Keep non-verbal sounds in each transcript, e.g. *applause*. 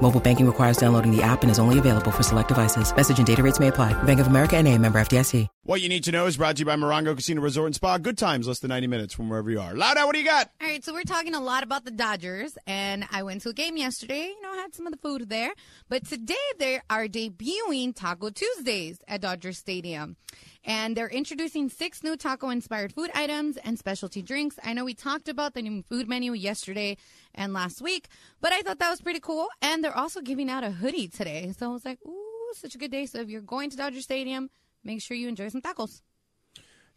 Mobile banking requires downloading the app and is only available for select devices. Message and data rates may apply. Bank of America and a member FDIC. What you need to know is brought to you by Morongo Casino Resort and Spa. Good times, less than 90 minutes from wherever you are. Louda, what do you got? All right, so we're talking a lot about the Dodgers, and I went to a game yesterday. You know, I had some of the food there, but today they are debuting Taco Tuesdays at Dodger Stadium, and they're introducing six new taco-inspired food items and specialty drinks. I know we talked about the new food menu yesterday and last week, but I thought that was pretty cool. And they're also giving out a hoodie today, so I was like, "Ooh, such a good day!" So if you're going to Dodger Stadium, make sure you enjoy some tacos.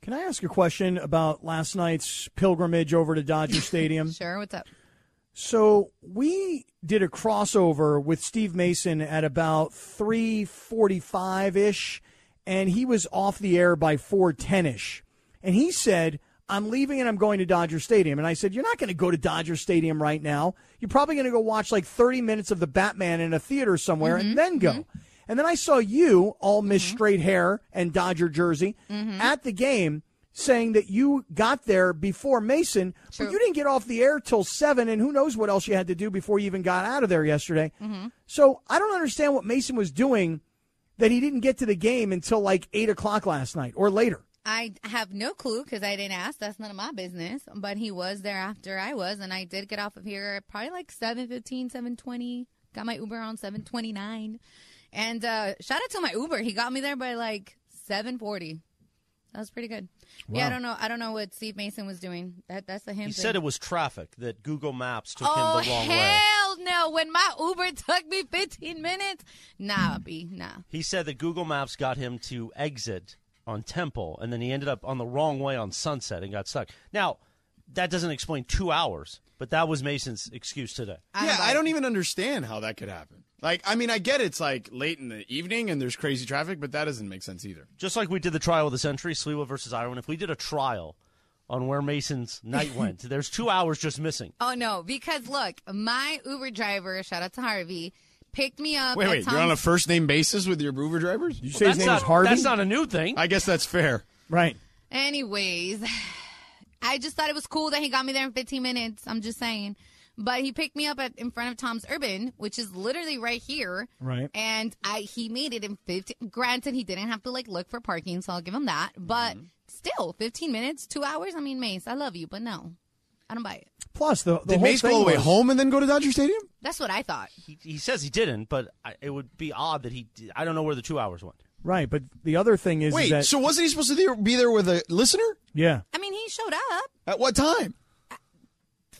Can I ask a question about last night's pilgrimage over to Dodger Stadium? Sure, what's up? So we did a crossover with Steve Mason at about 3:45 ish, and he was off the air by 4:10 ish, and he said. I'm leaving and I'm going to Dodger Stadium. And I said, You're not going to go to Dodger Stadium right now. You're probably going to go watch like 30 minutes of the Batman in a theater somewhere and then go. And then I saw you, all Miss Straight Hair and Dodger jersey, at the game saying that you got there before Mason, but you didn't get off the air till 7, and who knows what else you had to do before you even got out of there yesterday. Mm-hmm. So I don't understand what Mason was doing that he didn't get to the game until like 8 o'clock last night or later. I have no clue because I didn't ask. That's none of my business. But he was there after I was, and I did get off of here at probably like 7.15, 7.20. Got my Uber on 7.29. And uh, shout out to my Uber. He got me there by like 7.40. That was pretty good. Yeah, I don't know. I don't know what Steve Mason was doing. That that's the him. He thing. said it was traffic that Google Maps took oh him the wrong way. hell no! When my Uber *laughs* took me 15 minutes, nah, B, nah. He said that Google Maps got him to exit on Temple, and then he ended up on the wrong way on Sunset and got stuck. Now, that doesn't explain two hours, but that was Mason's excuse today. yeah, buy I it. don't even understand how that could happen. Like, I mean, I get it's like late in the evening and there's crazy traffic, but that doesn't make sense either. Just like we did the trial of the century, Sliwa versus Ireland, if we did a trial on where Mason's *laughs* night went, there's two hours just missing. Oh no! Because look, my Uber driver, shout out to Harvey, picked me up. Wait, at wait, Tom's- you're on a first name basis with your Uber drivers? Did you say his That's name not, was Harvey? That's not a new thing. I guess that's fair. right. Anyways, *sighs* I just thought it was cool that he got me there in 15 minutes. I'm just saying. But he picked me up at in front of Tom's Urban, which is literally right here. Right. And I he made it in 15. Granted, he didn't have to like look for parking, so I'll give him that. But Mm-hmm. still, 15 minutes, two hours. I mean, Mace, I love you, but no, I don't buy it. Plus, the, the Did whole Mace go thing all the way was- home and then go to Dodger Stadium? That's what I thought. he, he says he didn't, but I, it would be odd that he. Did, I don't know where the two hours went. Right, but the other thing is, is Wait, that so wasn't he supposed to there- be there with a listener? yeah, I mean, he showed up At what time?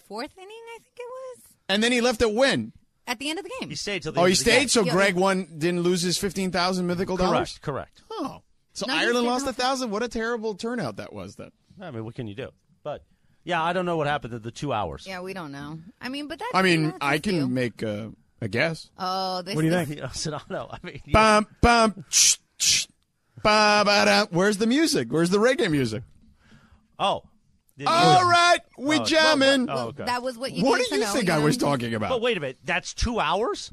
fourth inning, I think it was And then he left at when? at the end of the game. He stayed till the Oh, end he of the game. stayed, so Yeah. Greg won, didn't lose his 15,000 mythical dollars? Correct, correct. Oh. So No, he Ireland stayed lost on- a thousand. What a terrible turnout that was then. I mean, what can you do? But yeah, I don't know what happened to the two hours. *laughs* Yeah, we don't know. I mean, but that's I mean, that's I his deal. can make a, a guess. Oh, this What do you is- think? Yeah, Sedano. I mean, yeah. Bum, bum, tsh, tsh, ba, ba, da. Where's the music? Where's the reggae music? oh, Didn't you- All right, we Oh, jamming. well, well, oh, okay. That was what you. What need do to you know, think I was know? talking But about? wait a minute, that's two hours.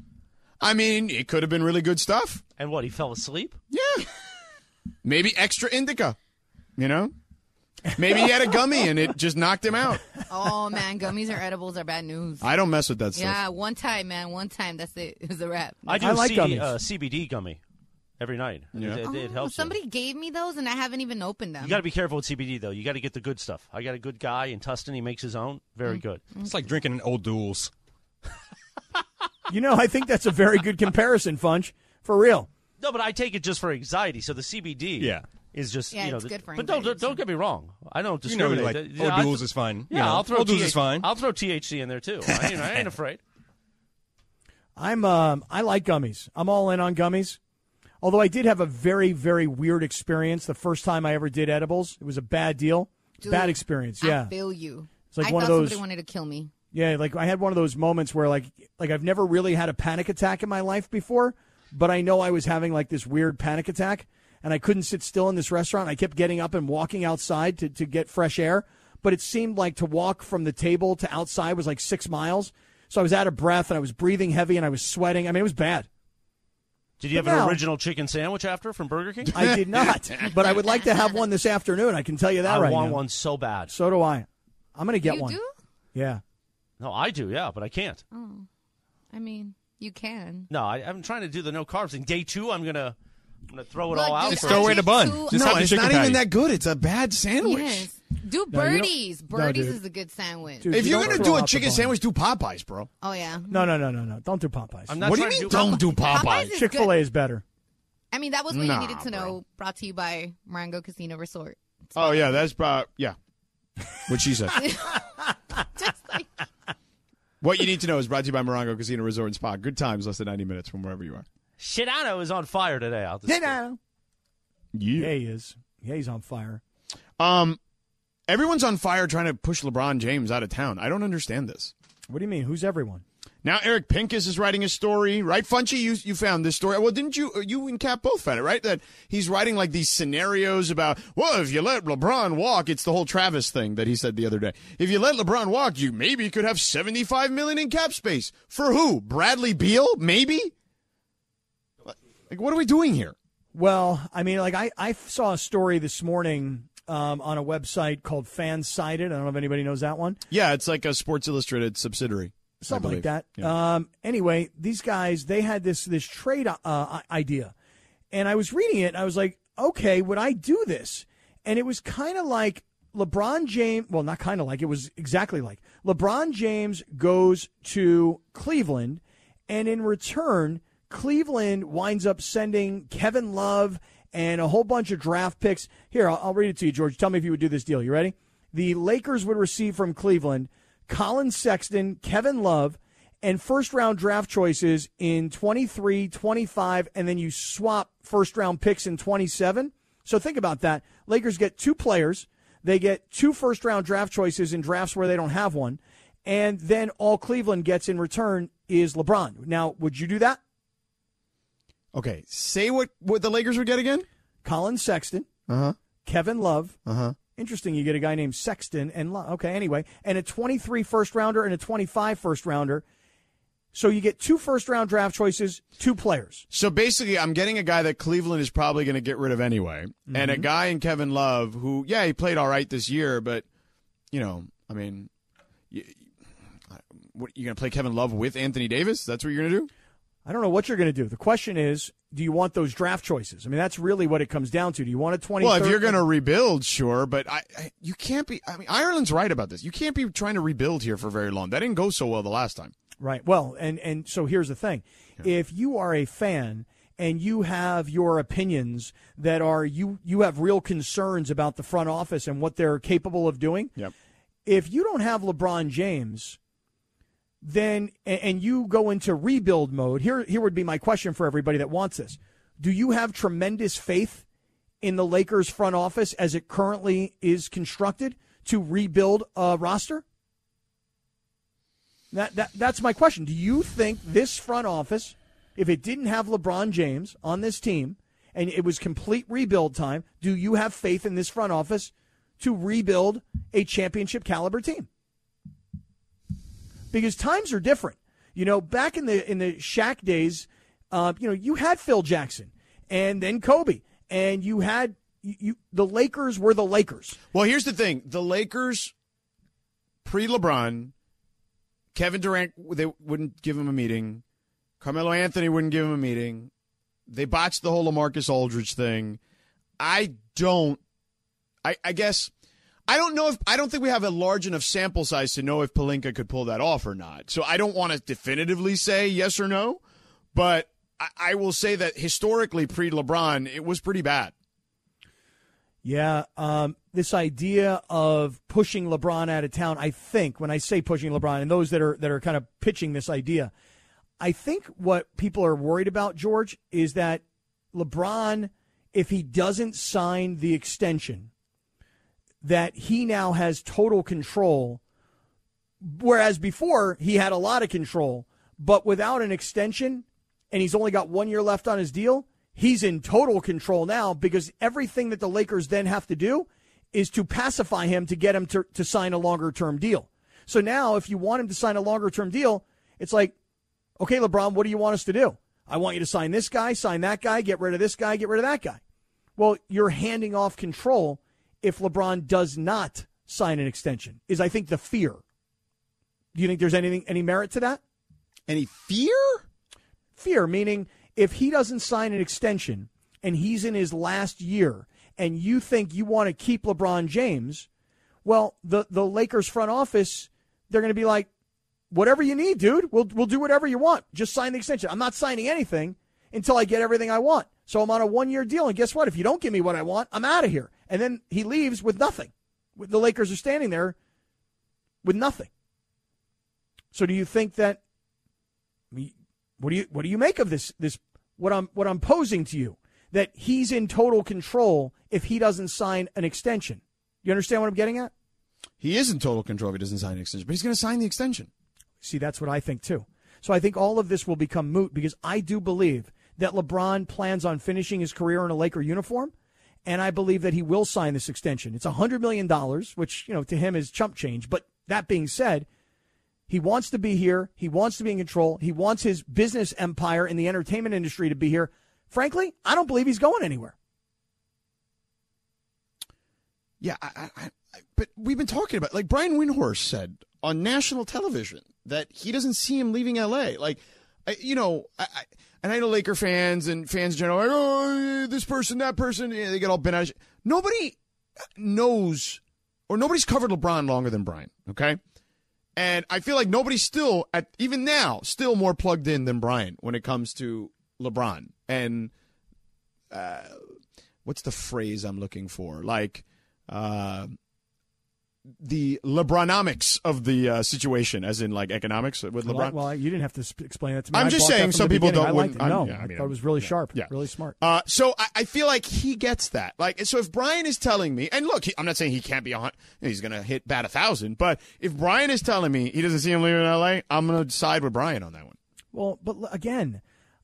I mean, it could have been really good stuff. And what? He fell asleep. Yeah. Maybe extra indica, you know? Maybe he had a gummy and it just knocked him out. Oh man, gummies or edibles are *laughs* bad news. I don't mess with that stuff. Yeah, one time, man, one time. That's it. *laughs* It was a wrap. I do I like CD, gummies. uh, CBD gummy every night. Yeah. It, it- it Oh, helps. you. Somebody gave me those, and I haven't even opened them. You got to be careful with CBD though. You got to get the good stuff. I got a good guy in Tustin. He makes his own. Very Mm. good. It's like drinking an old duels. you know, I think that's a very good comparison, Funch, for real. No, but I take it just for anxiety. So the CBD, Yeah. is just Yeah, you know. it's the- good for but don't anxiety, don't get me wrong. I don't You know, discriminate. like Th- old I- duels is fine. Yeah, you know. I'll throw old duels TH is fine. I'll throw THC in there too. I, you know, I *laughs* ain't afraid. I'm um I like gummies. I'm all in on gummies. Although I did have a very very weird experience the first time I ever did edibles. It was a bad deal. Dude, bad experience. I Yeah. feel you. It's like I one of thought those- somebody wanted to kill me. yeah, like I had one of those moments where like like I've never really had a panic attack in my life before, but I know I was having like this weird panic attack and I couldn't sit still in this restaurant. I kept getting up and walking outside to, to get fresh air, but it seemed like to walk from the table to outside was like six miles. So I was out of breath and I was breathing heavy and I was sweating. I mean, it was bad. Did you have But an now- original chicken sandwich after from Burger King? I did not, but I would like to have one this afternoon. I can tell you that I right want now. one so bad. So do I. I'm going to get you one. do? Oh, Yeah. No, I do, yeah, but I can't. I mean, you can. No, I, I'm trying to do the no carbs. And day two, I'm gonna, I'm gonna throw it Look, all out. just for- throw away the bun. Two- Just no, have the it's chicken not patty. even that good. It's a bad sandwich. Yes. Do don't- birdies. no, birdies dude. is a good sandwich. Dude, If you you're don't gonna throw do a out the chicken bun. sandwich, do Popeyes, bro. Oh yeah. No, no, no, no, no. Don't do Popeyes. I'm not what do you trying mean? to do *laughs* don't do Popeyes. Popeyes is Chick fil A good. is better. I mean, that was what Nah, you needed to bro. know. Brought to you by Marengo Casino Resort. *laughs* Oh yeah, that's uh, yeah. *laughs* What she *laughs* said. Just like what you need to know is brought to you by Morongo Casino Resort and Spa. Good times, less than ninety minutes from wherever you are. Shitano is on fire today. Out this You. Yeah, he is. Yeah, he's on fire. Um, everyone's on fire trying to push LeBron James out of town. I don't understand this. What do you mean? Who's everyone? Now Eric Pincus is writing a story, right? Funchy, you you found this story. Well, didn't you? uh, You and Cap both found it, right? That he's writing like these scenarios about. Well, if you let LeBron walk, it's the whole Travis thing that he said the other day. If you let LeBron walk, you maybe could have seventy-five million in cap space for who? Bradley Beal, maybe. Like, what are we doing here? Well, I mean, like I, I saw a story this morning um, on a website called Fansided. I don't know if anybody knows that one. Yeah, it's like a Sports Illustrated subsidiary, I something like believe. that. Yeah. Um, anyway, these guys they had this this trade uh, i- idea, and I was reading it. and I was like, okay, would I do this? And it was kind of like LeBron James. Well, not kind of like it was exactly like LeBron James goes to Cleveland, and in return, Cleveland winds up sending Kevin Love and a whole bunch of draft picks. Here, I'll, I'll read it to you, George. Tell me if you would do this deal. You ready? The Lakers would receive from Cleveland Colin Sexton, Kevin Love, and first round draft choices in 23, 25, and then you swap first round picks in 27. So think about that. Lakers get two players, they get two first round draft choices in drafts where they don't have one, and then all Cleveland gets in return is LeBron. Now, would you do that? Uh, Okay, say what what the Lakers would get again? Colin Sexton, Uh huh. Kevin Love. Uh huh. Interesting, you get a guy named Sexton and Love. Okay, anyway, and a 23 first rounder and a 25 first rounder. So you get two first round draft choices, two players. So basically, I'm getting a guy that Cleveland is probably going to get rid of anyway, and a guy in Kevin Love who, yeah, he played all right this year, but you know, I mean, you, what you're going to play Kevin Love with Anthony Davis? That's what you're going to do? I don't know what you're going to do. The question is, do you want those draft choices? I mean, that's really what it comes down to. Do you want a 20? Well, if you're going to rebuild, sure, but I, I you can't be. I mean, Ireland's right about this. You can't be trying to rebuild here for very long. That didn't go so well the last time. Right. Well, and and so here's the thing. If you are a fan and you have your opinions that are you you have real concerns about the front office and what they're capable of doing. Yep. If you don't have LeBron James, then and, and you go into rebuild mode, here here would be my question for everybody that wants this. Do you have tremendous faith in the Lakers front office as it currently is constructed to rebuild a roster? That, that that's my question. Do you think this front office, if it didn't have LeBron James on this team and it was complete rebuild time, do you have faith in this front office to rebuild a championship caliber team? Because times are different. You know, back in the in the Shaq days, uh, you know, you had Phil Jackson and then Kobe, and you had you, you the Lakers were the Lakers. Well, here's the thing: the Lakers, pre LeBron, Kevin Durant, they wouldn't give him a meeting. Carmelo Anthony wouldn't give him a meeting. They botched the whole Lamarcus Aldridge thing. I don't. I, I guess I don't know if I don't think we have a large enough sample size to know if Palinka could pull that off or not. So I don't want to definitively say yes or no, but I, I will say that historically pre LeBron, it was pretty bad. Yeah, um, this idea of pushing LeBron out of town. I think when I say pushing LeBron, and those that are that are kind of pitching this idea, I think what people are worried about, George, is that LeBron, if he doesn't sign the extension, that he now has total control, whereas before he had a lot of control, but without an extension, and he's only got one year left on his deal, he's in total control now because everything that the Lakers then have to do is to pacify him to get him to, to sign a longer term deal. So now, if you want him to sign a longer term deal, it's like, okay, LeBron, what do you want us to do? I want you to sign this guy, sign that guy, get rid of this guy, get rid of that guy. Well, you're handing off control if LeBron does not sign an extension, is I think the fear. Do you think there's anything any merit to that? Any fear? Fear, meaning if he doesn't sign an extension and he's in his last year and you think you want to keep LeBron James, well, the, the Lakers front office, they're going to be like, whatever you need, dude, we'll, we'll do whatever you want. Just sign the extension. I'm not signing anything until I get everything I want. So I'm on a one year deal. And guess what? If you don't give me what I want, I'm out of here. And then he leaves with nothing. The Lakers are standing there with nothing. So do you think that I mean, what do you what do you make of this this what I'm what I'm posing to you that he's in total control if he doesn't sign an extension. You understand what I'm getting at? He is in total control if he doesn't sign an extension, but he's going to sign the extension. See, that's what I think too. So I think all of this will become moot because I do believe that LeBron plans on finishing his career in a Laker uniform, and I believe that he will sign this extension. It's $100 million, which, you know, to him is chump change. But that being said, he wants to be here. He wants to be in control. He wants his business empire in the entertainment industry to be here. Frankly, I don't believe he's going anywhere. Yeah, I, I, I, I- but we've been talking about like Brian Windhorst said on national television that he doesn't see him leaving L.A. Like, I, you know, I, I, and I know Laker fans and fans in general, like, oh, this person, that person, yeah, they get all bent out. Of shit. Nobody knows, or nobody's covered LeBron longer than Brian. Okay, and I feel like nobody's still at even now still more plugged in than Brian when it comes to LeBron and uh, what's the phrase I'm looking for? Like uh, the LeBronomics of the uh, situation, as in like economics with LeBron. Well, you didn't have to sp- explain that to me. I'm I just bought that saying from some the people beginning. don't- I liked it. wouldn't- No, I'm- yeah, I I mean, thought it was really sharp. yeah. really smart. Uh, so I, I feel like he gets that. Like, so if Brian is telling me, and look, he, I'm not saying he can't be on, he's going to hit bat a thousand, but if Brian is telling me he doesn't see him leaving LA, I'm going to side with Brian on that one. Well, but l- again,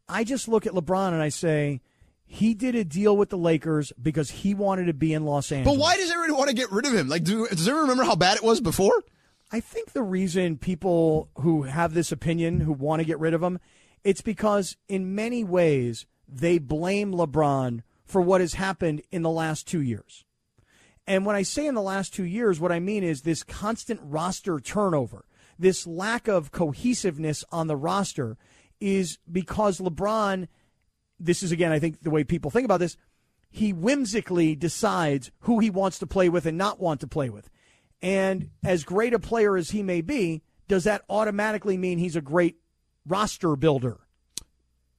I just look at LeBron and I say he did a deal with the Lakers because he wanted to be in Los Angeles. But why does everyone want to get rid of him? Like, do, does everyone remember how bad it was before? I think the reason people who have this opinion who want to get rid of him, it's because in many ways they blame LeBron for what has happened in the last 2 years. And when I say in the last 2 years, what I mean is this constant roster turnover. This lack of cohesiveness on the roster is because LeBron this is again I think the way people think about this, he whimsically decides who he wants to play with and not want to play with. And as great a player as he may be, does that automatically mean he's a great roster builder?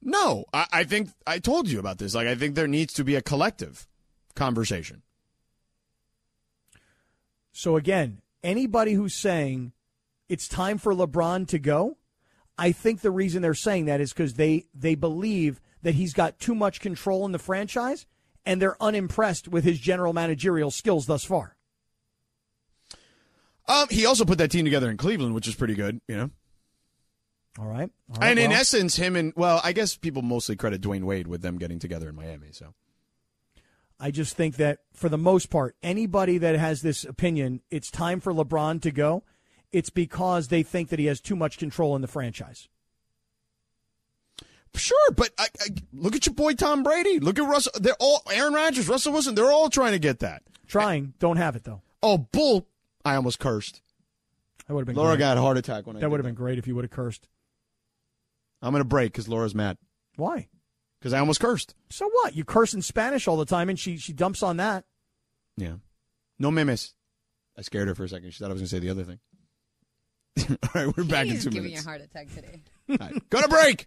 No, I, I think I told you about this. Like, I think there needs to be a collective conversation. So again, anybody who's saying it's time for LeBron to go, I think the reason they're saying that is because they they believe that he's got too much control in the franchise and they're unimpressed with his general managerial skills thus far. Um, he also put that team together in Cleveland, which is pretty good, you know. All right. All right, And in well. essence, him and well, I guess people mostly credit Dwayne Wade with them getting together in Miami. So I just think that for the most part, anybody that has this opinion, it's time for LeBron to go. It's because they think that he has too much control in the franchise. sure, but I, I, look at your boy Tom Brady. Look at Russell. They're all Aaron Rodgers, Russell Wilson. They're all trying to get that. Trying, don't have it though. Oh, bull! I almost cursed. That would have been Laura great. got a heart attack when I. that did would have been great if you would have cursed. I'm gonna break because Laura's mad Why? because I almost cursed. So what? You curse in Spanish all the time, and she she dumps on that. Yeah. No memes. I scared her for a second. She thought I was gonna say the other thing. *laughs* all right, we're back in He's two giving you a minutes. heart attack today. All right, go to break.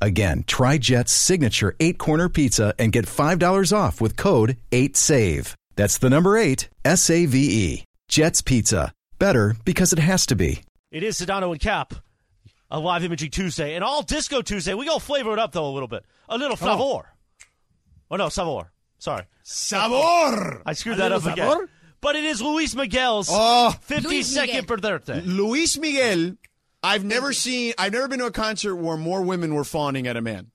Again, try Jet's signature eight corner pizza and get $5 off with code 8SAVE. That's the number eight, S A V E. Jets Pizza. Better because it has to be. It is Sedano and Cap, a live imaging Tuesday, and all Disco Tuesday. We gonna flavor it up though a little bit, a little flavor. Oh, no, Savor. Sorry, Sabor. I screwed that up again. Sabor? But it is Luis Miguel's Oh, 52nd Luis Miguel. birthday. Luis Miguel. I've never seen. I've never been to a concert where more women were fawning at a man.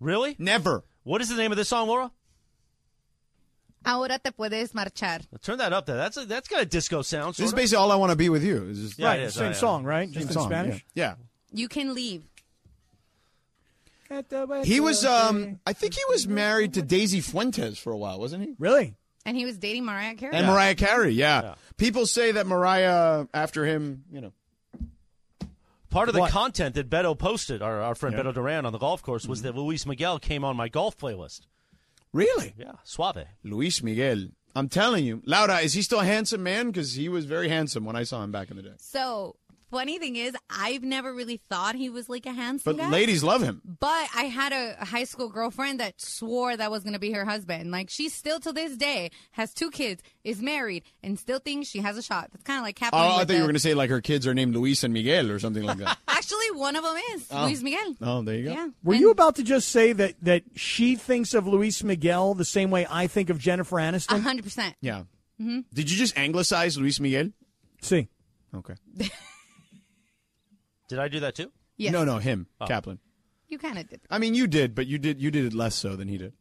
Really? Never. What is the name of this song, Laura? Ahora te puedes marchar. Turn that up there. That's a, that's got a disco sound. This is sorta. basically all I want to be with you. Is just Yeah, right, it is. same I- I- song, right? Just in song, Spanish. Yeah. You can leave. yeah. He was. Um. I think he was married to Daisy Fuentes for a while, wasn't he? Really? And he was dating Mariah Carey. And Mariah Carey. Yeah. People say that Mariah after him. You know. Part of the What? content that Beto posted, our, our friend Beto Duran on the golf course, was that Luis Miguel came on my golf playlist. Really. Yeah, suave. Luis Miguel. I'm telling you, Laura. Is he still a handsome man? Because he was very handsome when I saw him back in the day. So funny thing is, I've never really thought he was like a handsome But guy. ladies love him. But I had a high school girlfriend that swore that was going to be her husband. Like she still to this day has two kids, is married, and still thinks she has a shot. That's kind of like happening. Oh, I thought you were going to say like her kids are named Luis and Miguel or something like *laughs* that. Actually, one of them is Luis Miguel. oh, there you go. Yeah. Were And you about to just say that that she thinks of Luis Miguel the same way I think of Jennifer A Aniston? hundred percent. Yeah. Mm-hmm. Did you just anglicize Luis Miguel? See, Okay. Did I do that too? Yes. No, no, him, Kaplan. You kind of did. I mean, you did, but you did you did it less so than he did.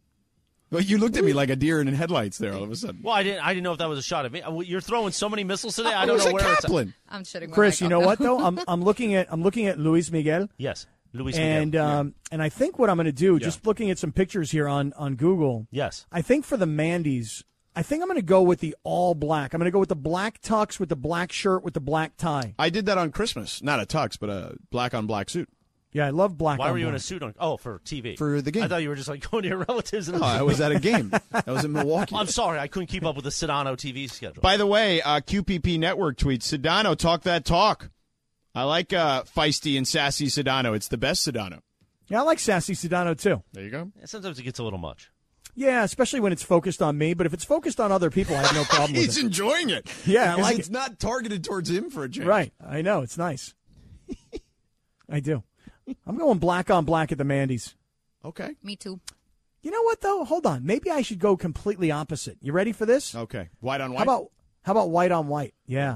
Well, you looked at me like a deer in headlights there all of a sudden. Well, I didn't. I didn't know if that was a shot at me. Uh, well, You're throwing so many missiles today. I it don't was know a where it's. At. Kaplan. I'm shutting. my Chris, mic you off know now. what though? I'm I'm looking at I'm looking at Luis Miguel. Yes, Luis And Miguel. um, and I think what I'm going to do, just looking at some pictures here on on Google, yes, I think for the Mandy's, I think I'm going to go with the all black. I'm going to go with the black tux, with the black shirt, with the black tie. I did that on Christmas. Not a tux, but a black on black suit. Yeah, I love black. Why on were you in a black. suit on? Oh, for TV. For the game. I thought you were just like *laughs* going to your relatives. And Oh, *laughs* I was at a game. I was in Milwaukee. I'm sorry, I couldn't keep up with the Sedano TV schedule. By the way, uh, QPP Network tweets Sedano, talk that talk. I like uh, feisty and sassy Sedano. It's the best Sedano. Yeah, I like sassy Sedano too. There you go. Sometimes it gets a little much. Yeah, especially when it's focused on me. But if it's focused on other people, I have no problem *laughs* with He's it. enjoying it. Yeah, *laughs* I 'Cause like it's not targeted towards him for a change. Right, I know it's nice. *laughs* I do. I'm going black on black at the Mandy's. Okay. *laughs* Me too. You know what though? Hold on, maybe I should go completely opposite. You ready for Uh, this? Okay. White on white. How about how about white on white? Yeah.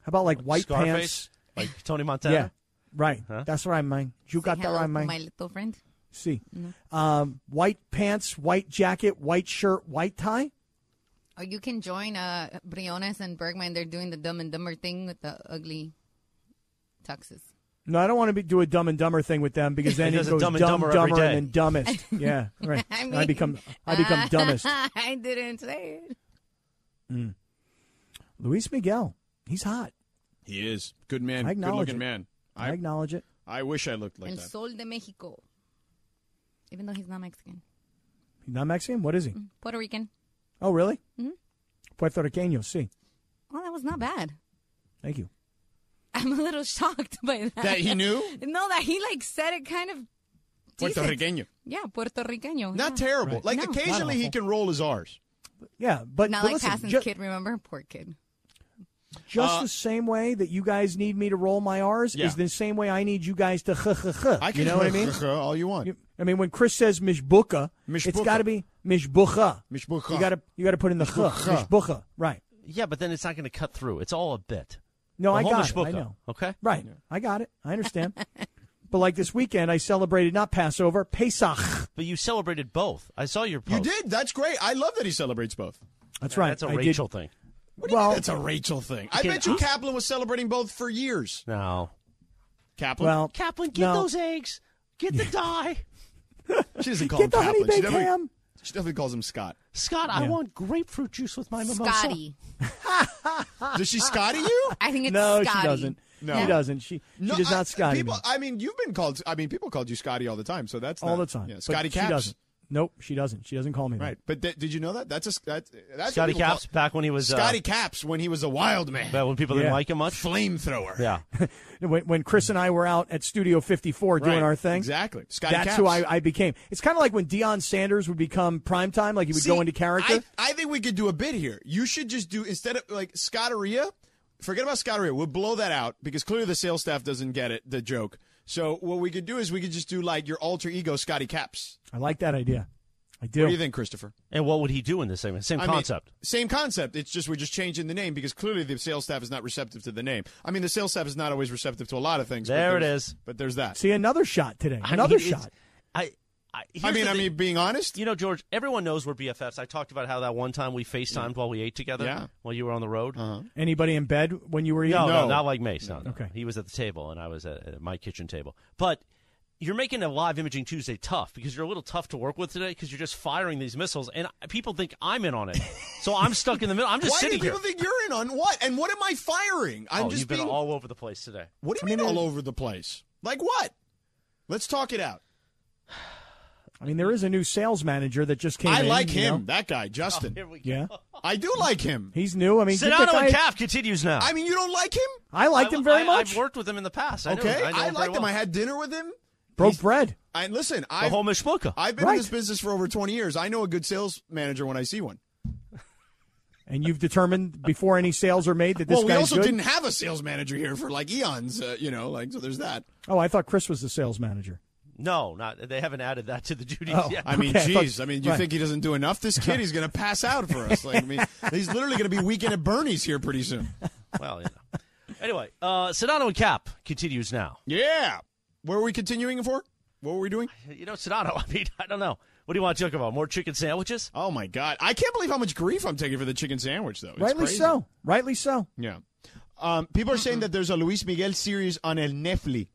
How about like white Scarface, pants? like Tony Montana. Yeah. Right. That's right, man. You got that Hello, right, man. my Mm-hmm. little friend. See, um, white pants, white jacket, white shirt, white tie. Or you can join uh, Briones and Bergman. They're doing the Dumb and Dumber thing with the ugly tuxes. *laughs* No, I don't want to be, do a Dumb and Dumber thing with them because then *laughs* He it does a goes Dumb and Dumber every dumber, and day. *laughs* then dumbest. Yeah, right. I I, mean- uh, become I *laughs* become dumbest. I didn't say it. Luis Miguel, he's hot. He is good man, I good acknowledge looking it. man. I, I acknowledge it. I wish I looked like El that. Sol de Mexico. Even though he's not Mexican. He's not Mexican. What is he? Puerto Rican. Oh, really? Mm-hmm. Puerto Riqueño. See, Well, that was not bad. *laughs* thank you. I'm a little shocked by that. that he knew *laughs* no, that he like said it kind of. Puerto decent. Riqueño. Yeah, Puerto Riqueño. Not yeah. terrible. Like No. occasionally he awful. can roll his R's. Yeah, but, Not like but listen, Tassin's ju- kid, remember? Poor kid. just Uh, the same way that you guys need me to roll my R's Yeah. is the same way I need you guys to. I can you know what I mean? all you want. You- I mean, when Chris says mishbucha, it's Mishbucha. got to be mishbucha. Mishbucha. You got to you got to put in the ch, Mishbucha. mishbucha. Right? Yeah, but then it's not going to cut through. It's all a bit. No, The I whole got it. mishpucha, I know. Okay. Right? I got it. I understand. *laughs* but like this weekend, I celebrated not Passover, Pesach. But you celebrated both. I saw your You post. did. That's great. I love that he celebrates both. That's right. That's a I did- Rachel thing. well, That's a Rachel thing. I bet you Kaplan was celebrating both for years. No. Kaplan. well, Kaplan, get no. those eggs. Get the dye. she doesn't call Get him the honey Kaplan. She baked definitely, ham. she definitely calls him Scott. Scott, I want grapefruit juice with my mimosa. Scotty. Does she Scotty you? I think it's No, Scotty. she doesn't. No. She doesn't. She, she does I- not Scotty. People, me. I mean, you've been called. I mean, people called you Scotty all the time, so that's All not- the time. Yeah, But Scotty she Caps. doesn't. Nope, she doesn't. She doesn't call me. that. Right. But th- did you know that? That's a s- that's that's Scotty what people call- Caps back when he was uh, Scotty Caps when he was a wild man. back when people didn't Yeah. like him much. flamethrower. Yeah, When, when Chris and I were out at Studio 54 Right. doing our thing. Exactly. Scotty That's Caps. who I, I became. It's kind of like when Deion Sanders would become primetime, like he would See, go into character. I, I think we could do a bit here. You should just do instead of like Scotteria. Forget about Scotteria. We'll blow that out because clearly the sales staff doesn't get it. The joke. So what we could do is we could just do like your alter ego, Scotty Caps. I, like that idea. I do. What do you think, Christopher? and what would he do in this segment? Same I mean, concept. same concept. It's just we're just changing the name because clearly the sales staff is not receptive to the name. I mean, the sales staff is not always receptive to a lot of things. but There it there's- is. But there's that. See another shot today. I mean, Another it's- shot. I. I, I here's mean, the I thing. mean, being honest, You know, George, everyone knows we're BFFs. I talked about how that one time we FaceTimed while we ate together Yeah. Uh-huh. while you were on the road. Anybody in bed when you were eating? No, no, No. not like Mace. No, no. Okay. He was at the table and I was at, at my kitchen table. But you're making a live imaging Tuesday tough because you're a little tough to work with today because you're just firing these missiles and people think I'm in *laughs* on it. so I'm stuck in the middle. I'm just why do sitting people here. think you're in on what? And what am I firing? I'm oh, just you've been being all over the place today. What do you I mean, mean all it- over the place? Like what? Let's talk it out. I mean, there is a new sales manager that just came. I in, like you him, know. that guy, Justin. Here we go. Yeah, I do like him. he's new. I mean, get the Sedano guy- and Calf continues now. I mean, you don't like him? I liked him very much. I've worked with him in the past. I know- Okay, I, know him very liked him. well. I had dinner with him. Broke bread. And listen, the I've, whole mishpuka. I've been Right. in this business for over 20 years. I know a good sales manager when I see one. And you've determined before any sales are made that this well, we guy's also good. didn't have a sales manager here for like eons, uh, you know, like, so there's that. Oh, I thought Chris was the sales manager. No, not they haven't added that to the duties Oh. yet. I mean, Okay, I thought- jeez. I mean, you right. think he doesn't do enough? This kid, he's going to pass out for us. Like, I mean, he's literally going to be weekend at Bernie's here pretty soon. *laughs* *laughs* well, you know. Anyway, uh, Sedano and Cap continues now. Yeah. Where are we continuing for? What were we doing? You know, Sedano, *laughs* I mean, I don't know. What do you want to talk about? More chicken sandwiches? Oh my god, I can't believe how much grief I'm taking for the chicken sandwich, though. It's Rightly crazy. so. Rightly so. Yeah. Um, people are saying that there's a Luis Miguel series on El Nefli.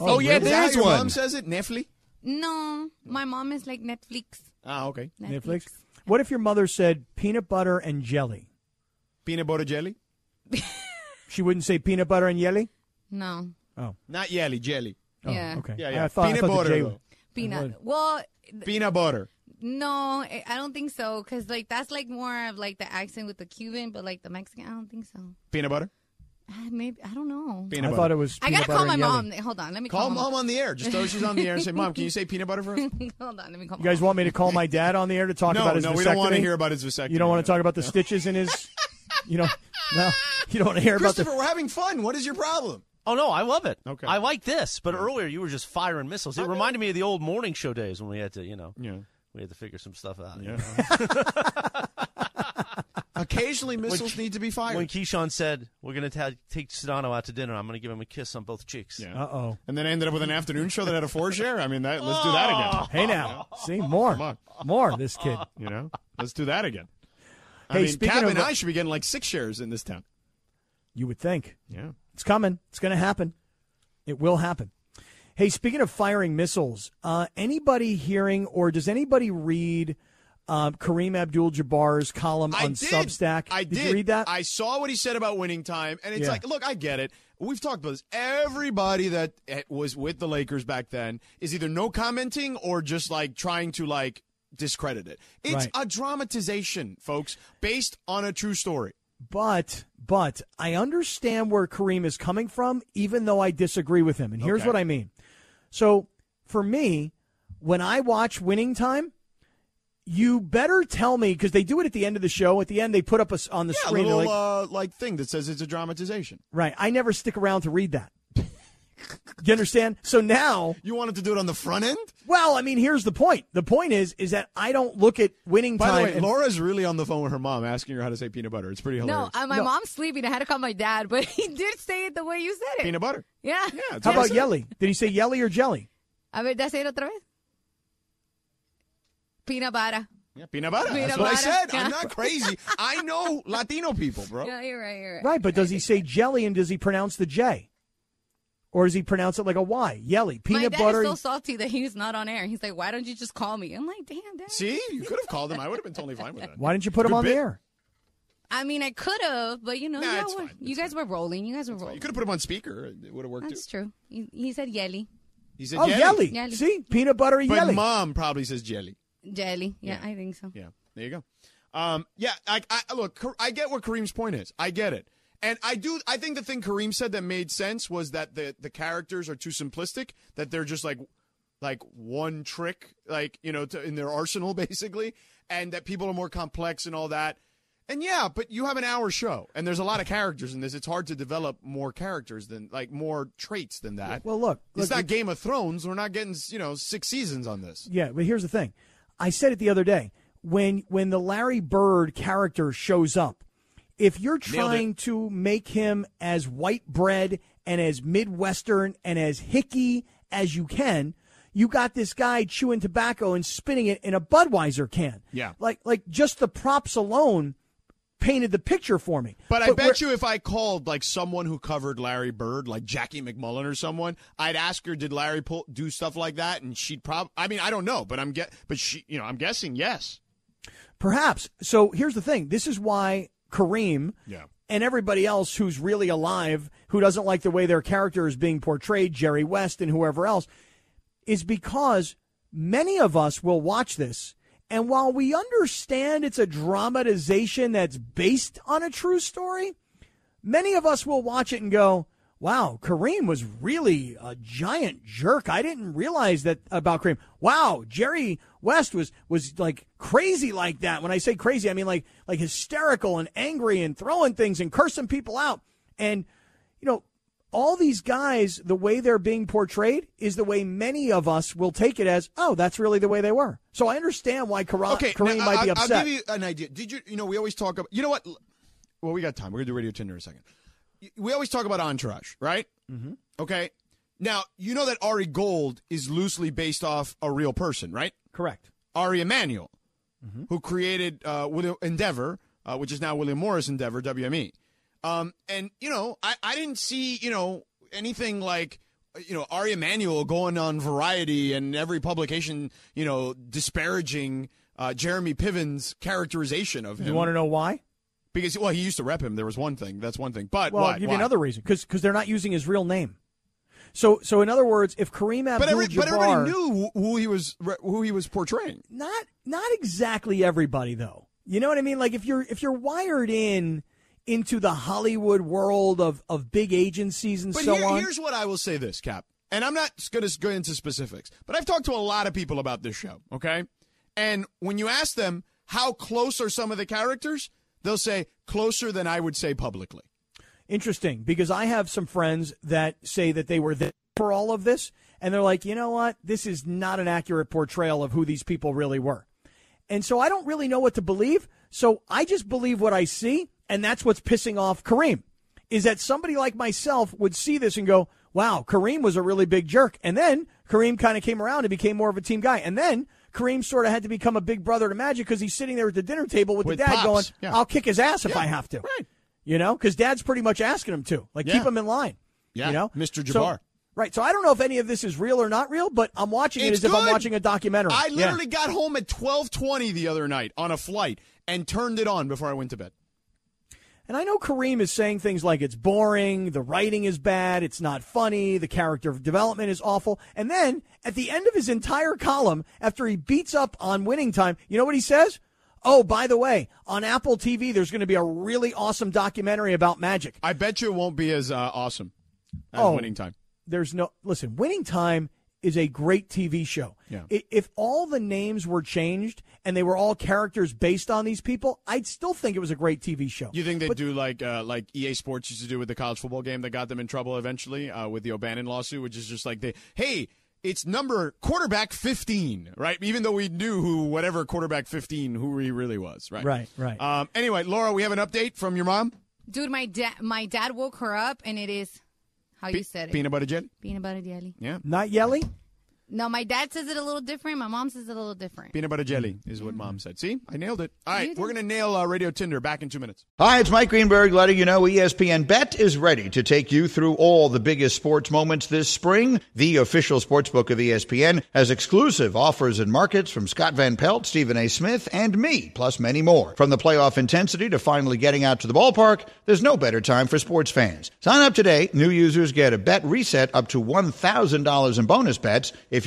Oh, yeah, Is that there how is your one. Mom says it Nefli. No, my mom is like Netflix. Ah, okay. Netflix. What if your mother said peanut butter and jelly? Peanut butter jelly, She wouldn't say peanut butter and jelly. No. not yelly jelly. Oh, yeah. Okay. Yeah, yeah. I thought, I peanut thought butter. the J- though. What? Peanut. Well, Peanut butter. no, I I don't think so. Cause like that's like more of like the accent with the Cuban, but like the Mexican, I don't think so. Peanut butter. Ah, Maybe I don't know. Peanut I butter. thought it was. I peanut gotta butter call my and mom. jelly. Hold on, let me Call call, mom on the air. Just throw she's on the air and say, "Mom, can you say peanut *laughs* butter for us?" *laughs* Hold on, let me call. You guys mom. want me to call my dad on the air to talk no, about his no, vasectomy? we don't want to hear about his vasectomy. You don't want to talk about the stitches in his. You know, no, you don't want to hear about Christopher, the. we're having fun. What is your problem? Oh no, I love it. Okay. I like this. But earlier you were just firing missiles. It reminded me of the old morning show days when we had to, you know, Yeah. we had to figure some stuff out. you Yeah. know? Occasionally, missiles need to be fired. When Keyshawn said we're gonna ta- take Sedano out to dinner, I'm gonna give him a kiss on both cheeks. Yeah. Uh oh. and then ended up with an afternoon show that had a four share. I mean, that, let's do that again. Hey now, see more, Oh, on. more. This kid. You know, let's do that again. I Hey, mean, speaking Kevin of- and I should be getting like six shares in this town. You would think. Yeah. It's coming. It's going to happen. It will happen. Hey, speaking of firing missiles, uh, anybody hearing or does anybody read um, Kareem Abdul-Jabbar's column Um, I on did. Substack? I did. you read that? I saw what he said about winning time, and it's Yeah. like, look, I get it. We've talked about this. Everybody that eh, was with the Lakers back then is either no commenting or just like trying to like discredit it. It's Right. a dramatization, folks, based on a true story. But but I understand where Kareem is coming from, even though I disagree with him. And here's Okay. what I mean. So for me, when I watch Winning Time, you better tell me because they do it at the end of the show. At the end, they put up us on the Yeah, a screen. they're little like- uh, like thing that says it's a dramatization. Right. I never stick around to read that. you understand? So now, You wanted to do it on the front end? well, I mean, here's the point. The point is, is that I don't look at winning By time. the way, and- Laura's really on the phone with her mom asking her how to say peanut butter. It's pretty hilarious. No, uh, my mom's sleeping. I had to call my dad, but he did say it the way you *laughs* said it. peanut butter. yeah. Yeah. it's how about awesome. Yelly? Did he say Yelly or Jelly? A ver, say it otra vez. Peanut butter. Yeah, peanut butter. Peanut That's what I butter. said. Yeah. I'm not *laughs* crazy. I know Latino people, bro. Yeah, you're right. You're right. Right. But does he say Jelly and does he pronounce the J? Or does he pronounce it like a Y? Yelly, my peanut dad butter. is so salty that he's not on air. He's like, "Why don't you just call me?" I'm like, "Damn, dad." See, you could have called them. I would have been totally fine with that. Why didn't you put him Good on bit. the air? I mean, I could have, but you know, Nah, y'all it's were- fine. you guys were rolling. You guys were You rolling. could have put them on speaker. It would have worked That's true. He, he said yelly. too. He said Oh, jelly. jelly. Jelly. See, peanut butter and But jelly. mom probably says jelly. Jelly. Yeah, I think so. Yeah, there you go. Um, yeah, I, I look. Kar- I get what Kareem's point is. I get it, and I do. I think the thing Kareem said that made sense was that the the characters are too simplistic. That they're just like like one trick, like you know, to, in their arsenal *laughs* basically, and that people are more complex and all that. And yeah, but you have an hour show, and there's a lot of characters in this. It's hard to develop more characters than like more traits than that. Well, look, it's look, not Game of Thrones. We're not getting you know six seasons on this. Yeah, but here's the thing. I said it the other day. When when the Larry Bird character shows up, if you're trying to make him as white bread and as Midwestern and as hicky as you can, you got this guy chewing tobacco and spitting it in a Budweiser can. Yeah. Like like just the props alone painted the picture for me. But, I we're- bet you if I called like someone who covered Larry Bird, like Jackie McMullen or someone, I'd ask her, did Larry pull, do stuff like that? And she'd probably, I mean, I don't know, but I'm get, but she, you know, I'm guessing yes. Perhaps. So here's the thing. This is why Kareem Yeah. and everybody else who's really alive, who doesn't like the way their character is being portrayed, Jerry West and whoever else, is because many of us will watch this. And while we understand it's a dramatization that's based on a true story, many of us will watch it and go, Wow, Kareem was really a giant jerk. I didn't realize that about Kareem. Wow, Jerry West was was like crazy like that. When I say crazy, I mean like like hysterical and angry and throwing things and cursing people out. And you know, all these guys, the way they're being portrayed is the way many of us will take it as, oh, that's really the way they were. So I understand why Kara- Okay. Kareem now, might I- be I'll- upset. I'll give you an idea. Did you, you know, we always talk about, you know what? L- Well, we got time. We're going to do Radio Tinder in a second. Y- We always talk about Entourage, right? Mm-hmm. Okay. Now, you know that Ari Gold is loosely based off a real person, right? Correct. Ari Emanuel, Mm-hmm. who created uh, William Endeavor, uh, which is now William Morris Endeavor, WME. Um, and, you know, I, I didn't see, you know, anything like, you know, Ari Emanuel going on Variety and every publication, you know, disparaging uh, Jeremy Piven's characterization of him. You want to know why? because, well, he used to rep him. There was one thing. That's one thing. But Well, why? I'll give Why? you another reason because they're not using his real name. So so in other words, if Kareem But, every, Abdul-Jabbar, but everybody knew wh- who he was re- who he was portraying. not not exactly everybody though. You know what I mean? Like if you're if you're wired in into the Hollywood world of of big agencies and But so here- on. here's what I will say this, Cap. And I'm not going to go into specifics, but I've talked to a lot of people about this show, okay? And when you ask them how close are some of the characters, they'll say closer than I would say publicly. Interesting because I have some friends that say that they were there for all of this and they're like, you know what? This is not an accurate portrayal of who these people really were. And so I don't really know what to believe. So I just believe what I see. And that's what's pissing off Kareem is that somebody like myself would see this and go, wow, Kareem was a really big jerk. And then Kareem kind of came around and became more of a team guy. And then Kareem sort of had to become a big brother to Magic because he's sitting there at the dinner table with, With the dad Pops, going, yeah. I'll kick his ass if I have to. right. You know, because dad's pretty much asking him to, like, keep Yeah. him in line. Yeah, You know, Mr. So- Jabbar. right. So I don't know if any of this is real or not real, but I'm watching it It's as if I'm good. watching a documentary. I Yeah. literally got home at 12:20 the other night on a flight and turned it on before I went to bed. And I know Kareem is saying things like it's boring, the writing is bad, it's not funny, the character development is awful. And then at the end of his entire column, after he beats up on winning time, you know what he says? Oh, by the way, on Apple TV, there's going to be a really awesome documentary about magic. I bet you it won't be as uh, awesome as Oh. winning time. there's no listen winning time is a great tv show Yeah. I- if all the names were changed and they were all characters based on these people i'd still think it was a great tv show You think they would do like uh, like EA Sports used to do with the college football game that got them in trouble eventually uh, with the O'Bannon lawsuit, which is just like they hey. It's number quarterback fifteen, right? Even though we knew who whatever quarterback fifteen who he really was, right? Right, right. Um, anyway, Laura, we have an update from your mom. Dude, my dad my dad woke her up and it is how Oh, you said it. Peanut butter jelly. Peanut butter jelly. not yelly No, my dad says it a little different. My mom says it a little different. Peanut butter jelly is what mom said. See, I nailed it. All right, we're going to nail uh, Radio Tinder back in two minutes. Hi, it's Mike Greenberg letting you know E ESPN Bet is ready to take you through all the biggest sports moments this spring. The official sportsbook of E ESPN has exclusive offers and markets from Scott Van Pelt, Stephen A. Smith, and me, plus many more. From the playoff intensity to finally getting out to the ballpark, there's no better time for sports fans. Sign up today. New users get a bet reset up to $1,000 in bonus bets if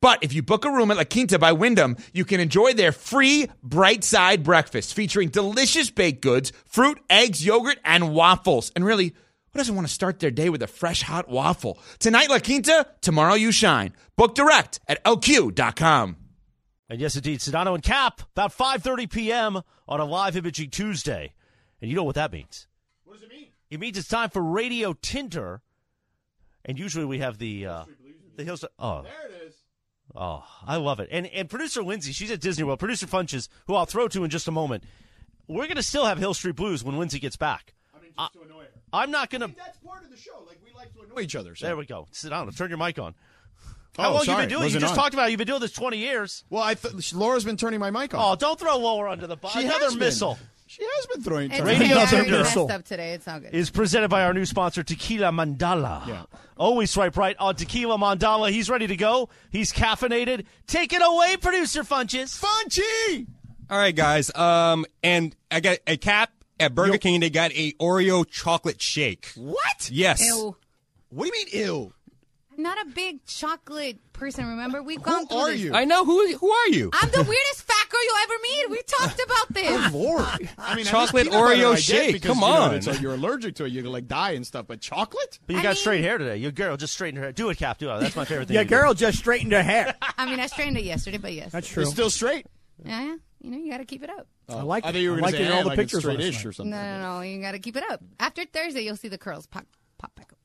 But if you book a room at La Quinta by Wyndham, you can enjoy their free bright side breakfast featuring delicious baked goods, fruit, eggs, yogurt, and waffles. And really, who doesn't want to start their day with a fresh hot waffle? Tonight, La Quinta, tomorrow, you shine. Book direct at lq.com. And yes, indeed, Sedano and Cap about 5:30 p.m. on a live imaging Tuesday, and you know what that means. What does it mean? It means it's time for Radio Tinder, and usually we have the uh, the Hillstar. Oh, there it is. Oh, I love it. And and producer Lindsay, she's at Disney World. Producer Funches, who I'll throw to in just a moment. We're gonna still have Hill Street Blues when Lindsay gets back. I mean, just to annoy her. I'm not gonna. That's part of the show. Like we like to annoy each other. So. There we go. Sedano, turn your mic on. Oh, How long sorry, you been doing? You wasn't just on. talked about it. you've been doing this 20 years. Well, I th- Laura's been turning my mic Oh, on. don't throw Lower under the bus. she has Heather been. Missile. She has been throwing. It's turning- okay. I already Tinder. messed up today. It's not good. is presented by our new sponsor, Tequila Mandala. Yeah. Always swipe right on Tequila Mandala. He's ready to go. He's caffeinated. Take it away, producer Funches. Funchy. All right, guys. Um, and I got a cap at Burger King. They got a Oreo chocolate shake. What? Yes. Ew. What do you mean? Ew. I'm not a big chocolate person. Remember, we've gone Who through are this. you? I know who. Who are you? I'm the weirdest fat girl you'll ever meet. We talked about *laughs* this. *laughs* Lord. I mean, at least Chocolate peanut butter Oreo I get shake. because, Come you know, on. it's like you're allergic to it. You could like die and stuff. But chocolate? But you I got mean- straight hair today. Your girl just straightened her hair. Do it, Cap. Do it. That's my favorite thing. Yeah, you do. Carol just straightened her hair. I mean, I strained it yesterday, but yes. That's true. It's still straight. yeah, yeah. You know, you got to keep it up. I like. I it. think you were I going liked to say it in all eh, the like it's pictures last straight-ish night. or something. No, no, no. You got to keep it up. After Thursday, you'll see the curls pop pop back up.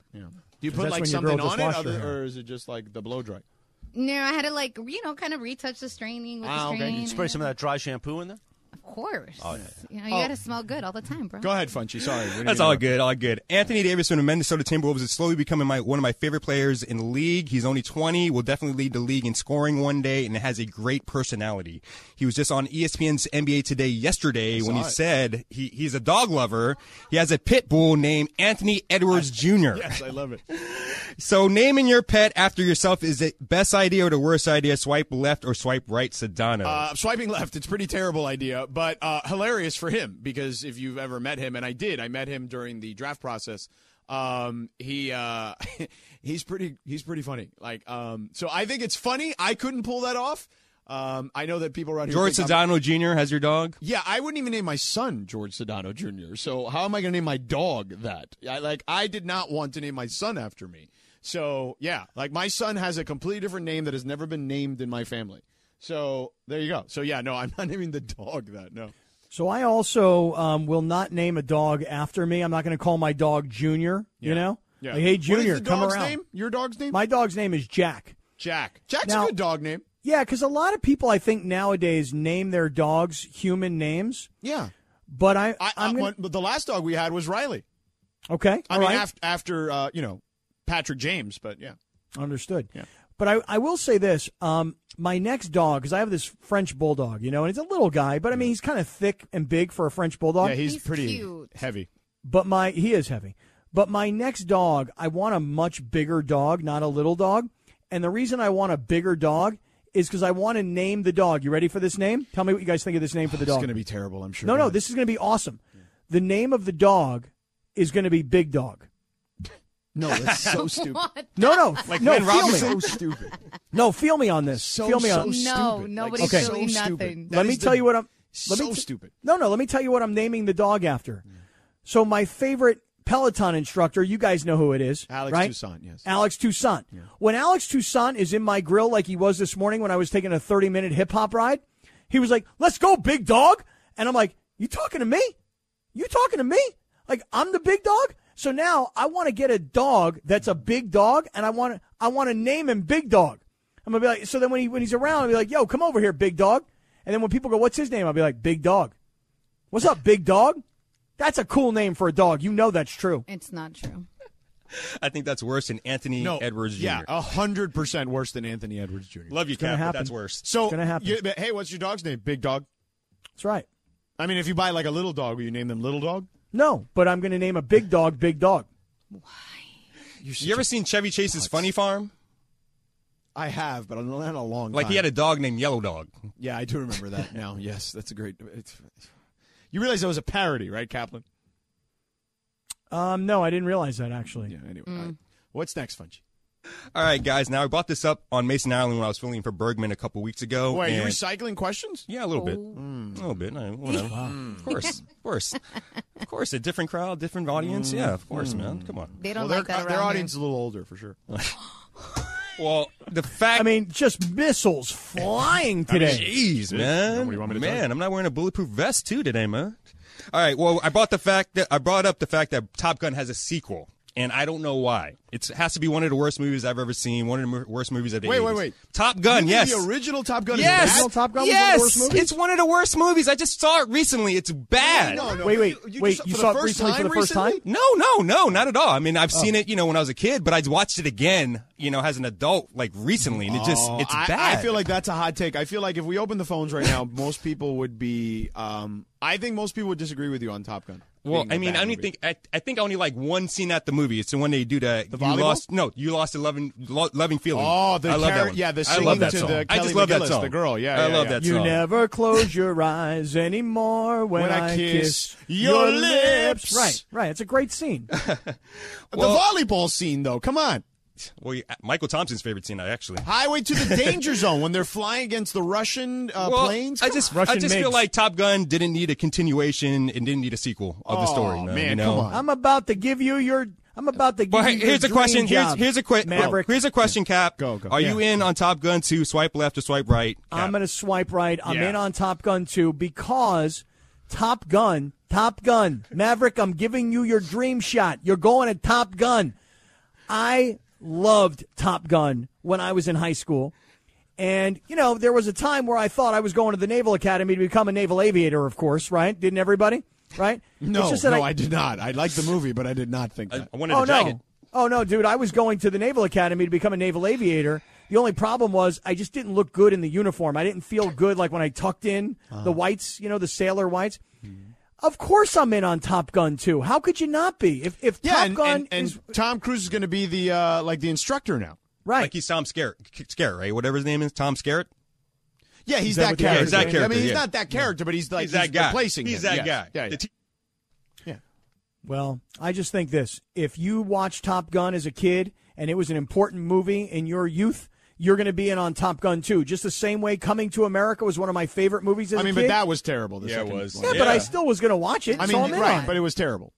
Do you put that's like when your something girl on just it, washed her other, hair. or is it just like the blow dry? No, I had to like you know kind of retouch the straining with Ah, the okay. strain. You spray some of that dry shampoo in there? Of course. Oh, You know, you got to smell good all the time, bro. Oh. Go ahead, Funchy. Sorry. we didn't That's all interrupt. good, all good. Anthony Davis from the Minnesota Timberwolves is slowly becoming my one of my favorite players in the league. He's only 20, will definitely lead the league in scoring one day, and has a great personality. He was just on E ESPN's NBA Today yesterday when he it. said he, he's a dog lover. He has a pit bull named Anthony Edwards Jr. Yes, I love it. So naming your pet after yourself is the best idea or the worst idea. Swipe left or swipe right, Sedano. Uh, swiping left, it's a pretty terrible idea, but uh, hilarious for him because if you've ever met him, and I did, I met him during the draft process. Um, he uh, *laughs* he's pretty he's pretty funny. Like, um, so I think it's funny. I couldn't pull that off. Um, I know that people around here George think I'm- Sedano Jr. has your dog. Yeah, I wouldn't even name my son George Sedano Jr. So how am I going to name my dog that? I, like I did not want to name my son after me. So yeah, like my son has a completely different name that has never been named in my family. So there you go. So yeah, no, *laughs* I'm not naming the dog that. No, So I also um, will not name a dog after me. I'm not going to call my dog Junior. You know, yeah. like, hey what is Junior, the come dog's around. Name? Your dog's name? My dog's name is Jack. Jack. Jack's Now- a good dog name. Yeah, because a lot of people I think nowadays name their dogs human names, Yeah. but I, I, I am gonna, when- but the last dog we had was Riley. okay. I all mean, right. after, after uh, you know Patrick James, but yeah. Understood. Yeah. But I, I will say this. Um, my next dog, because I have this French bulldog, you know, and he's a little guy, but I mean, he's kind of thick and big for a French bulldog. Yeah, he's, He's pretty cute. heavy. but my, he is heavy. But my next dog, I want a much bigger dog, not a little dog. And the reason I want a bigger dog is because I want to name the dog. You ready for this name? Tell me what you guys think of this *sighs* name for the It's dog. going to be terrible, I'm sure. no, no, this is going to be awesome. The name of the dog is going to be Big Dog. no, *laughs* that's so stupid. No, no, no, Glenn feel me. so stupid. No, feel me on this. So, feel me so on. stupid. No, Like, nobody's okay. doing so stupid. nothing. That let me is the- tell you what I'm. Let So me t- stupid. No, no. Let me tell you what I'm naming the dog after. So my favorite Peloton instructor, you guys know who it is, Alex right? Toussaint, yes. Alex Toussaint. When Alex Toussaint is in my grill like he was this morning when I was taking a 30 minute hip hop ride, he was like, "Let's go, big dog," and I'm like, "You talking to me?" You talking to me? Like I'm the big dog? So now I want to get a dog that's a big dog, and I want to I want to name him Big Dog. I'm gonna be like, so then when he when he's around, I'll be like, yo, come over here, Big Dog. And then when people go, what's his name? I'll be like, Big Dog. What's up, Big Dog? That's a cool name for a dog. You know that's true. It's not true. I think that's worse than Anthony Edwards Jr. Yeah, a hundred percent worse than Anthony Edwards Jr. Love you, gonna Cap, but happen. that's worse. So, gonna happen. you- but hey, what's your dog's name? Big dog. That's right. I mean, if you buy like a little dog, will you name them little dog? No, but I'm gonna name a big dog Big Dog. You ever seen Chevy Chase's Funny Farm? I have, but not in a long Like he had a dog named Yellow Dog. Yeah, I do remember *laughs* that now. Yes, that's a great. It's, you realize that was a parody, right, Kaplan? Um, no, I didn't realize that actually. Yeah. Anyway, Mm. all right. what's next, Funch? All right, guys. Now I brought this up on Mason Island when I was filling for Bergman a couple weeks ago. Wait, are you Oh, and- recycling questions? yeah, a little bit, a little bit. I, whatever. Of course, of course, of course. A different crowd, different audience. Yeah, of course, man. Come on. They don't well, like their, that their around here. audience is a little older for sure. Well, the fact. I mean, just missiles *laughs* flying today. Jeez, man. what do you want me to tell man, you? I'm not wearing a bulletproof vest too today, man. All right. Well, I brought the fact that I brought up the fact that Top Gun has a sequel, and I don't know why. It's, it has to be one of the worst movies I've ever seen. One of the mo- worst movies of the Wait, wait, 80s. wait. Top Gun. You yes. think The original Top Gun. is yes. bad? Top Gun was one of the yes. worst movies? It's one of the worst movies. I just saw it recently. It's bad. No, no. Wait, wait, just- wait, for you the saw it first recently for time the first recently? time? No, no, no, not at all. I mean, I've seen it, you know, when I was a kid, but I watched it again, you know, as an adult, like recently, and it just, Oh, it's I, bad. I feel like that's a hot take. I feel like if we open the phones right now, most people would be. Um, I think most people would disagree with you on Top Gun. Well, being a I mean, bad I don't movie. think I, I think I only like one scene at the movie. It's the one they do that. The you volleyball? lost No, you lost a loving, lo- loving feeling. Oh, the I love char- that one. yeah, the I singing love that to song. the I Kelly just love McGillis, that song. the girl. Yeah, I yeah, love yeah. that You song. never close your eyes anymore when, When I kiss your lips. Right, right. It's a great *laughs* scene. Well- the volleyball scene, though. Come on, Well, yeah, Michael Thompson's favorite scene, I actually. Highway to *laughs* the Danger Zone when they're flying against the Russian uh, Well, planes. I Come just, on. I Russian just feel MiGs. like Top Gun didn't need a continuation and didn't need a sequel of the story. Oh, man, man, you know? come on. I'm about to give you your. I'm about to give But you hey, your here's a dream question. Here's, job, here's a quick. Maverick. Here's a question, Cap. Go, go. Are you in on Top Gun 2, swipe left or swipe right? Cap? I'm going to swipe right. I'm Yeah. in on Top Gun 2 because Top Gun, Top Gun, Maverick, I'm giving you your dream shot. You're going to Top Gun. I loved Top Gun when I was in high school. And, you know, there was a time where I thought I was going to the Naval Academy to become a naval aviator, of course, right? Didn't everybody? Right? no, It's just that no, I, did not. I liked the movie, but I did not think that. I wanted oh to drag no. it. Oh no, dude! I was going to the Naval Academy to become a naval aviator. The only problem was I just didn't look good in the uniform. I didn't feel good like when I tucked in Uh-huh. the whites, you know, the sailor whites. Hmm. Of course, I'm in on Top Gun too. How could you not be? If if yeah, Top and, Gun and, and is Tom Cruise is going to be the uh, like the instructor now. right, Like he's Tom Skerritt, Skerritt, right? Whatever his name is, Tom Skerritt. Yeah, he's that that, what the- character. Yeah, he's that I mean, character, he's yeah. not that character, but he's like He's that guy. replacing He's him. Yes, that guy. yeah, yeah. The t- Well, I just think this. If you watched Top Gun as a kid and it was an important movie in your youth, you're going to be in on Top Gun too. Just the same way Coming to America was one of my favorite movies as I a mean, kid. but that was terrible. The Yeah, it second was. one. yeah, but I Yeah. still was going to watch it. I so mean, I'm in on right, it. but it was terrible.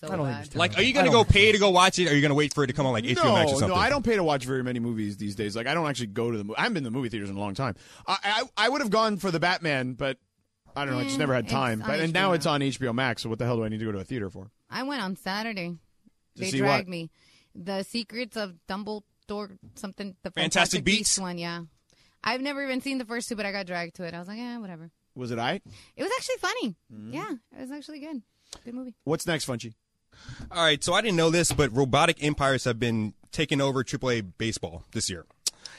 So I don't bad. think it's Like, are you I going to don't go pay to go watch it? Or are you going to wait for it to come on like HBO no, Max or something? No, I don't pay to watch very many movies these days. Like, I don't actually go to the movie. I haven't been to the movie theaters in a long time. I I, I would have gone for the Batman, but I don't know. I just Mm, never had it's time. on But, and now HBO. it's on HBO Max. So what the hell do I need to go to a theater for? I went on Saturday. they see dragged what? me. The Secrets of Dumbledore, something. The Fantastic Beasts? one, yeah. I've never even seen the first two, but I got dragged to it. I was like, yeah, whatever. Was it I? It was actually funny. Yeah, it was actually good. Good movie. What's next, Funchy? All right, so I didn't know this, but robotic empires have been taking over AAA baseball this year.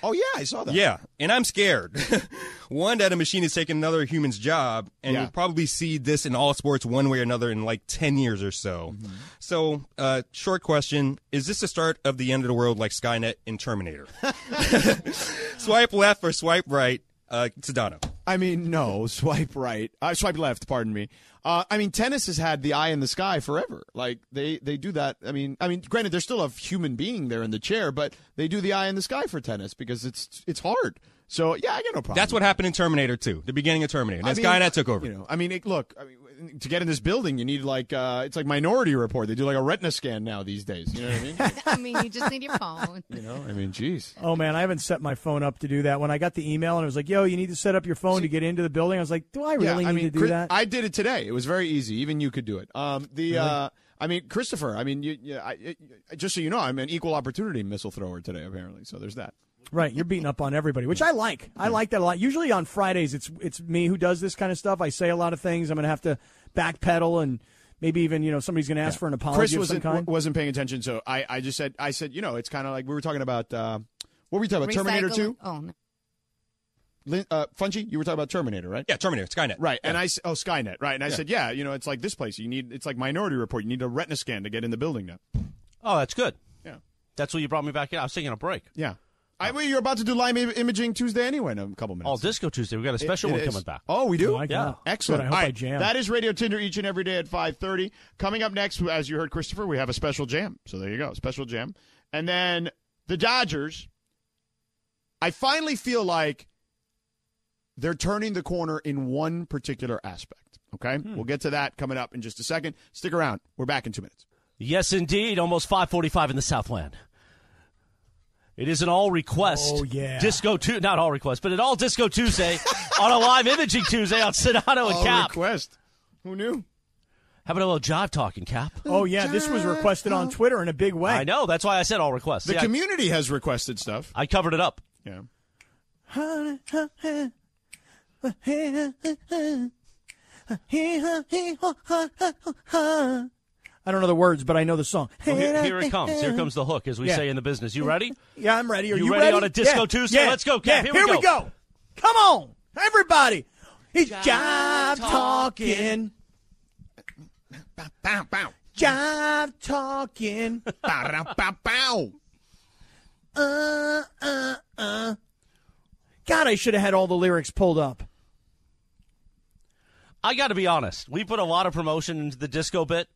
Oh yeah, I saw that. Yeah, and I'm scared. *laughs* one that a machine is taking another human's job, and Yeah. we'll probably see this in all sports one way or another in like ten years or so. Mm-hmm. So, uh, short question: Is this the start of the end of the world, like Skynet and Terminator? *laughs* swipe left or swipe right, uh, Sedano. I mean, no, *laughs* swipe right. Uh, swipe left, pardon me. Uh, I mean, tennis has had the eye in the sky forever. Like they, they do that. I mean, I mean, granted, there's still a human being there in the chair, but they do the eye in the sky for tennis because it's it's hard. So yeah, I got no problem. That's what happened in Terminator 2, the beginning of Terminator. I Then mean, Skynet took over. You know, I mean, it, look, I mean, to get in this building, you need like uh, it's like Minority Report. They do like a retina scan now these days. You know *laughs* what I mean? I mean, you just need your phone. you know, I mean, jeez. Oh man, I haven't set my phone up to do that. When I got the email and it was like, "Yo, you need to set up your phone to get into the building," I was like, "Do I really yeah, I need mean, to do Chris- that?" I did it today. It was very easy. Even you could do it. Um, the uh, I mean, Christopher. I mean, you, you, I, I- just so you know, I'm an equal opportunity missile thrower today. Apparently, so there's that. Right, you're beating up on everybody, which I like. I like that a lot. Usually on Fridays, it's it's me who does this kind of stuff. I say a lot of things. I'm going to have to backpedal and maybe even you know somebody's going to ask for an apology Chris of wasn't some kind. w- wasn't paying attention, so I, I just said I said you know it's kind of like we were talking about uh, what were we talking about Terminator Recycle- Two, Oh, no. Lin- uh, Fungi. You were talking about Terminator, right? Yeah, Terminator, Skynet. Right, and I s- oh Skynet, right, and I said yeah, you know it's like this place. You need it's like Minority Report. You need a retina scan to get in the building now. Oh, that's good. Yeah. That's what you brought me back in. I was taking a break. Yeah, I well, you're about to do live im- imaging Tuesday anyway in a couple minutes. All Disco Tuesday. We got a special It one is. coming back. Oh, we do. My God. Excellent. Good, I hope All I right. jam. That is Radio Tinder each and every day at 5:30. Coming up next, as you heard Christopher, we have a special jam. So there you go, special jam. And then the Dodgers I finally feel like they're turning the corner in one particular aspect, okay? Hmm. We'll get to that coming up in just a second. Stick around. We're back in 2 minutes. Yes, indeed. Almost 545 in the Southland. It is an all request. Oh, yeah. Disco Tuesday. Not all request, but an all *laughs* Disco Tuesday on a live imaging Tuesday on Sedano and Cap. request. Who knew? How about a little jive talking, Cap? oh yeah, this was requested on Twitter in a big way. I know. That's why I said all requests. The See, I- community has requested stuff. I covered it up. Yeah. I don't know the words, but I know the song. Here, *laughs* here it comes. Here comes the hook, as we Yeah. say in the business. You ready? Yeah, I'm ready. Are You you, ready on a Disco Yeah. Tuesday? Yeah. Let's go, Cap. Yeah. Here we we go. go. Come on, everybody. It's jive talking. Bow bow. Jive talking. bow bow, bow bow. Uh, uh, uh. God, I should have had all the lyrics pulled up. I got to be honest. We put a lot of promotion into the disco bit.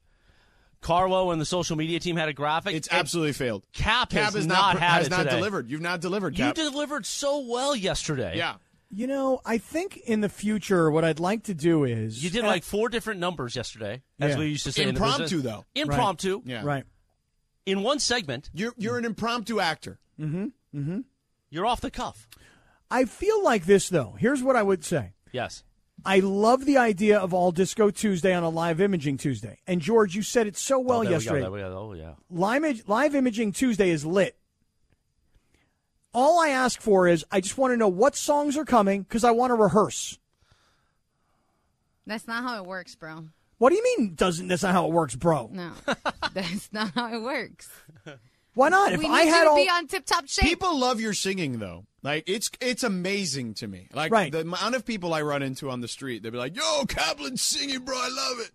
Carlo and the social media team had a graphic. It's and absolutely failed. Cap has has not had has it not today. delivered. You've not delivered, You Cap. delivered so well yesterday. yeah. You know, I think in the future, what I'd like to do is You did like four different numbers yesterday, as Yeah. we used to say. in the Impromptu, business. though. Impromptu. Yeah. right. In one segment, You're you're an impromptu actor. you're off the cuff. I feel like this though. Here's what I would say. Yes. I love the idea of all Disco Tuesday on a live imaging Tuesday. And George, you said it Oh, so well there yesterday. We go, there we go. Oh, yeah. live, live imaging Tuesday is lit. All I ask for is I just want to know what songs are coming because I want to rehearse. That's not how it works, bro. What do you mean? Doesn't that's not how it works, bro? No, that's not how it works. Why not? we if need I you had to all, be on tip top shape. People love your singing though. Like it's it's amazing to me. Like Right. the amount of people I run into on the street, they'll be like, "Yo, Kaplan's singing, bro. I love it."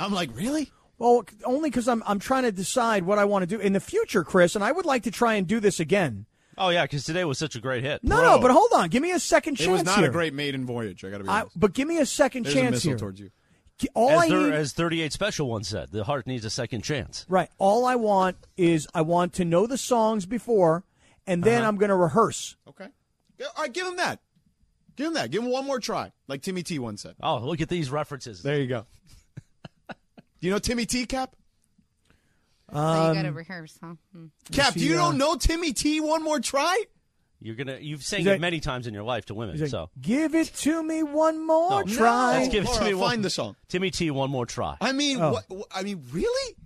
I'm like, really? well, only because I'm I'm trying to decide what I want to do in the future, Chris, and I would like to try and do this again. Oh, yeah, because today was such a great hit. No, Bro. no, but hold on, give me a second chance It was not here. a great maiden voyage. I got to be I, honest. but give me a second There's a chance missile here. towards you. G- All as, I thir- need, as 38 Special once said, the heart needs a second chance. right? All I want is I want to know the songs before, and then Uh-huh. I'm going to rehearse. Okay. Yeah, All right, give him that. Give him that. Give him one more try, like Timmy T once said. Oh, look at these references. There you go. do *laughs* you know Timmy T, Cap? so you gotta rehearse, huh? Hmm. Cap, see, do you uh, don't know Timmy T? One more try. You're gonna you've sang He's it like- many times in your life to women. He's like, so give it to me one more No. try. Let's give it to Laura, me one- Find the song. Timmy T, one more try. I mean, Oh. what, wh- I mean, really?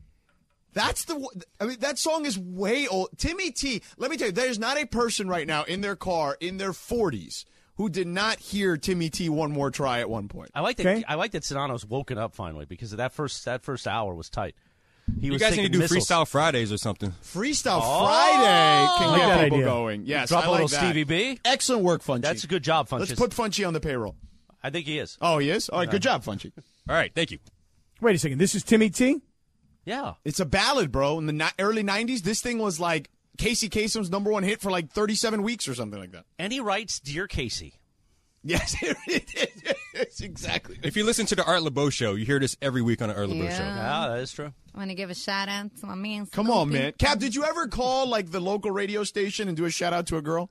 That's the. w- I mean, that song is way old. Timmy T. Let me tell you, there's not a person right now in their car in their 40s who did not hear Timmy T. One more try at one point. I like that. Okay. I like that Sedano's woken up finally because of that first that first hour was tight. He You was guys need to taking do missiles. Freestyle Fridays or something. Freestyle Friday can I like get that people idea. going. Yes, Oh. Drop I a like little that. Stevie B. Excellent work, Funchy. That's a good job, Let's Funches. put Funchy on the payroll. I think he is. Oh, he is. All right, good job, Funchy. All right, thank you. Wait a second. This is Timmy T. Yeah. It's a ballad, bro. In the ni- early '90s, this thing was like Casey Kasem's number one hit for like 37 weeks or something like that. *laughs* And he writes, "Dear Casey." Yes, it is. *laughs* Yes, exactly. If you listen to the Art LeBeau show, you hear this every week on the Art LeBeau show. Yeah. Ah, that is true. I want to give a shout out to my man. Come on, Snoopy. man. Cap, did you ever call like the local radio station and do a shout out to a girl?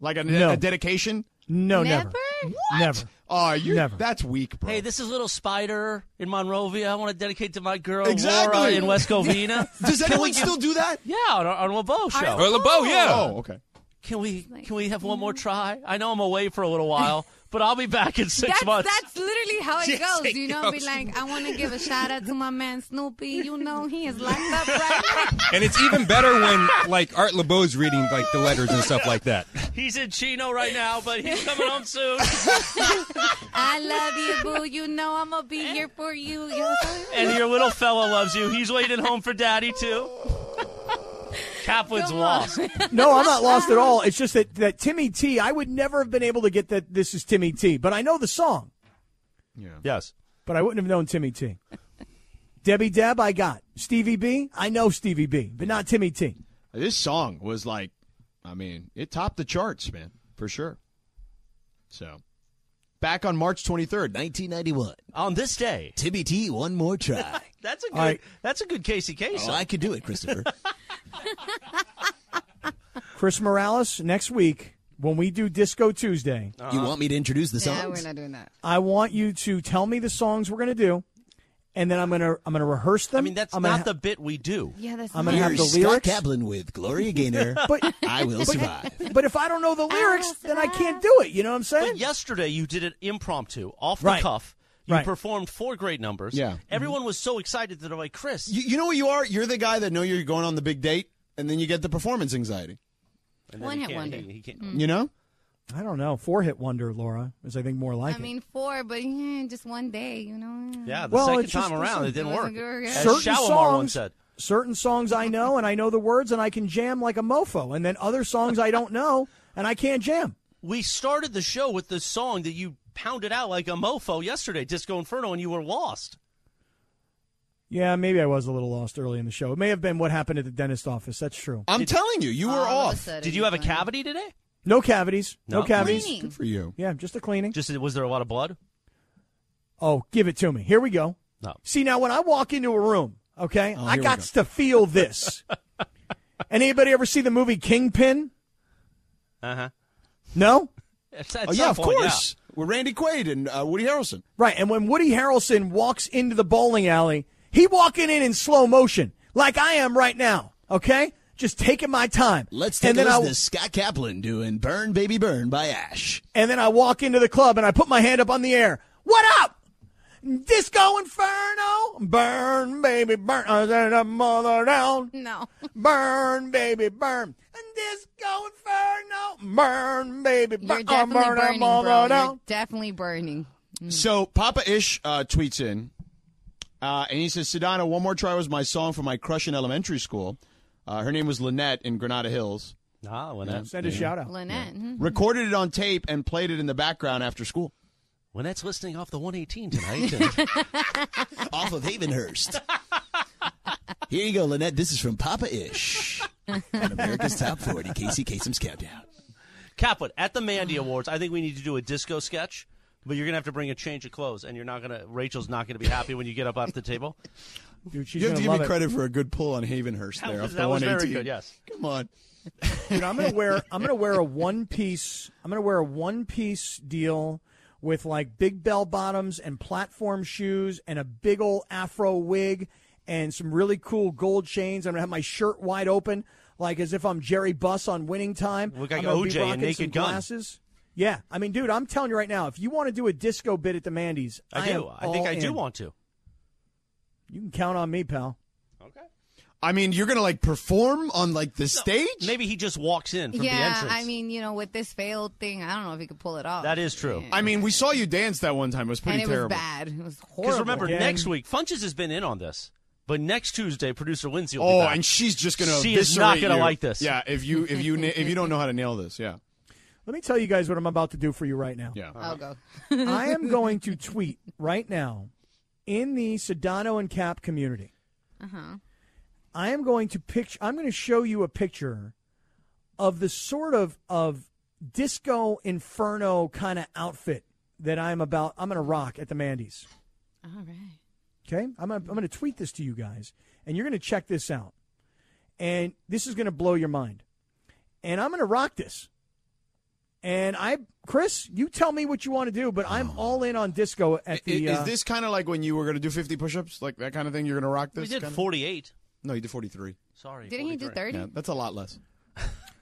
Like a, No. a dedication? No, Never. never. Never. Oh, you Never. that's weak, bro. Hey, this is little spider in Monrovia. I want to dedicate to my girl Exactly. Laura in West Covina. *laughs* *laughs* Does anyone still do that? yeah, on, on LeBeau show. Or LeBeau, yeah. Oh, okay. Can we can we have one more try? I know I'm away for a little while, but I'll be back in six That's, months. that's literally how it Yes, goes, it you know. Be goes. like, I want to give a shout out to my man Snoopy. You know, he is locked up right now. And it's even better when like Art LeBeau's reading like the letters and stuff like that. He's in Chino right now, but he's coming home soon. I love you, boo. You know, I'm gonna be here for you. You know, so- and your little fella loves you. He's waiting home for daddy too. Caplin's Come on. lost. No, I'm not lost at all. It's just that, that Timmy T, I would never have been able to get that this is Timmy T, but I know the song, Yes. but I wouldn't have known Timmy T. Debbie Deb, I got. Stevie B, I know Stevie B, but not Timmy T. This song was like, I mean, it topped the charts, man, for sure. So, back on March 23rd, 1991, On this day, Timmy T, one more try. that's a good. All right. That's a good Casey case. oh, I could do it, Christopher. Chris Morales, next week, when we do Disco Tuesday, You want me to introduce the yeah, we're not doing that. I want you to tell me the songs we're going to do, and then I'm going to I'm going to rehearse them. I mean, that's I'm gonna not ha- the bit we do. Yeah, that's. I'm gonna have the nice. lyrics. Kaplan with Gloria Gaynor. But I *laughs* will survive. but if I don't know the lyrics, then I can't do it. You know what I'm saying? But yesterday you did it impromptu, off the Right. cuff. You Right. performed four great numbers. Yeah. Everyone was so excited that they're like, Chris. You, you know what you are? You're the guy that know you're going on the big date, and then you get the performance anxiety. And then One he hit can't- wonder. he- he can't- Mm. You know? I don't know. Four hit wonder, Laura, is I think more like I it. mean, four, but yeah, just one day, you know. Yeah, the Well, second it's just- time around, it listen, didn't it work. wasn't good, yeah. As certain Shalimar songs, once said. certain songs I know and I know the words and I can jam like a mofo, and then other songs I don't know and I can't jam. We started the show with the song that you pounded out like a mofo yesterday, Disco Inferno, and you were lost. Yeah, maybe I was a little lost early in the show. It may have been what happened at the dentist office. That's true. I'm telling you, you were All of a off. sudden, Did you have a like- cavity today? No cavities. No, No. cavities. Cleaning. Good for you. Yeah, just a cleaning. Just was there a lot of blood? Oh, give it to me. Here we go. No. See now, when I walk into a room, okay, I Oh, here we got to *laughs* feel this. and anybody ever see the movie Kingpin? Uh huh. No, Oh, yeah, of course. With Randy Quaid and uh, Woody Harrelson. right. And when Woody Harrelson walks into the bowling alley, he walking in in slow motion, like I am right now. Okay, just taking my time. and then I Scott Kaplan doing Burn Baby Burn by Ash. and then I walk into the club and I put my hand up on the air. What up? Disco Inferno, burn baby burn, I said a mother down. No. Burn, baby, burn. And disco inferno. Burn, baby, You're burn. Oh, definitely burning, burn, burn, bro. burn, You're burn. definitely burning. So Papa Ish uh, tweets in, uh, and he says, "Sedona, one more try was my song for my crush in elementary school. Uh, her name was Lynette in Granada Hills. Nah, Lynette. Send a shout out. Lynette. hmm. Recorded it on tape and played it in the background after school. Lynette's listening off the 118 tonight. and *laughs* Off of Havenhurst. *laughs* Here you go, Lynette. This is from Papa *laughs* Ish on America's Top 40, Casey Kasem's Countdown. Kaplan, at the Mandy Awards, I think we need to do a disco sketch, but you're going to have to bring a change of clothes, and you're not going to, Rachel's not going to be happy when you get up off the table. *laughs* Dude, she's You have gonna to give love me it. credit for a good pull on Havenhurst That there. off was, the that was 118. very good, yes. Come on. Dude, I'm gonna wear. I'm gonna wear a one piece. I'm gonna wear a one piece deal with like big bell bottoms and platform shoes and a big old afro wig and some really cool gold chains. I'm gonna have my shirt wide open, like as if I'm Jerry Buss on Winning Time. Look like I'm gonna be OJ in rocking Naked some Gun. Glasses. Yeah, I mean, dude, I'm telling you right now, if you want to do a disco bit at the Mandy's, I, am do. I think all I do in. want to. You can count on me, pal. I mean, you're gonna like perform on like the stage. Maybe he just walks in from the Yeah, entrance. I mean, you know, with this failed thing, I don't know if he could pull it off. that is true. I mean, we saw you dance that one time. It was and pretty it terrible. was bad. It was horrible. Because remember, Again. next week, Funches has been in on this, but next Tuesday, producer Lindsay will be Oh, back. and she's just gonna. She is not eviscerate you. gonna like this. Yeah, if you if you na- if you don't know how to nail this, yeah, Let me tell you guys what I'm about to do for you right now. yeah. I'll go. I am going to tweet right now in the Sedano and Cap community. Uh-huh. I am going to picture I'm going to show you a picture of the sort of of disco inferno kind of outfit that I'm about I'm going to rock at the Mandy's. All right. Okay? I'm gonna, I'm going to tweet this to you guys and you're going to check this out. And this is going to blow your mind. And I'm going to rock this. And I, Chris, you tell me what you want to do, but I'm all in on disco at Oh. I- the. is, uh, this kind of like when you were going to do 50 push-ups, like that kind of thing? You're going to rock this? We did kinda? 48. No, you did 43. Sorry. Didn't he do 43. 30? Yeah, that's a lot less.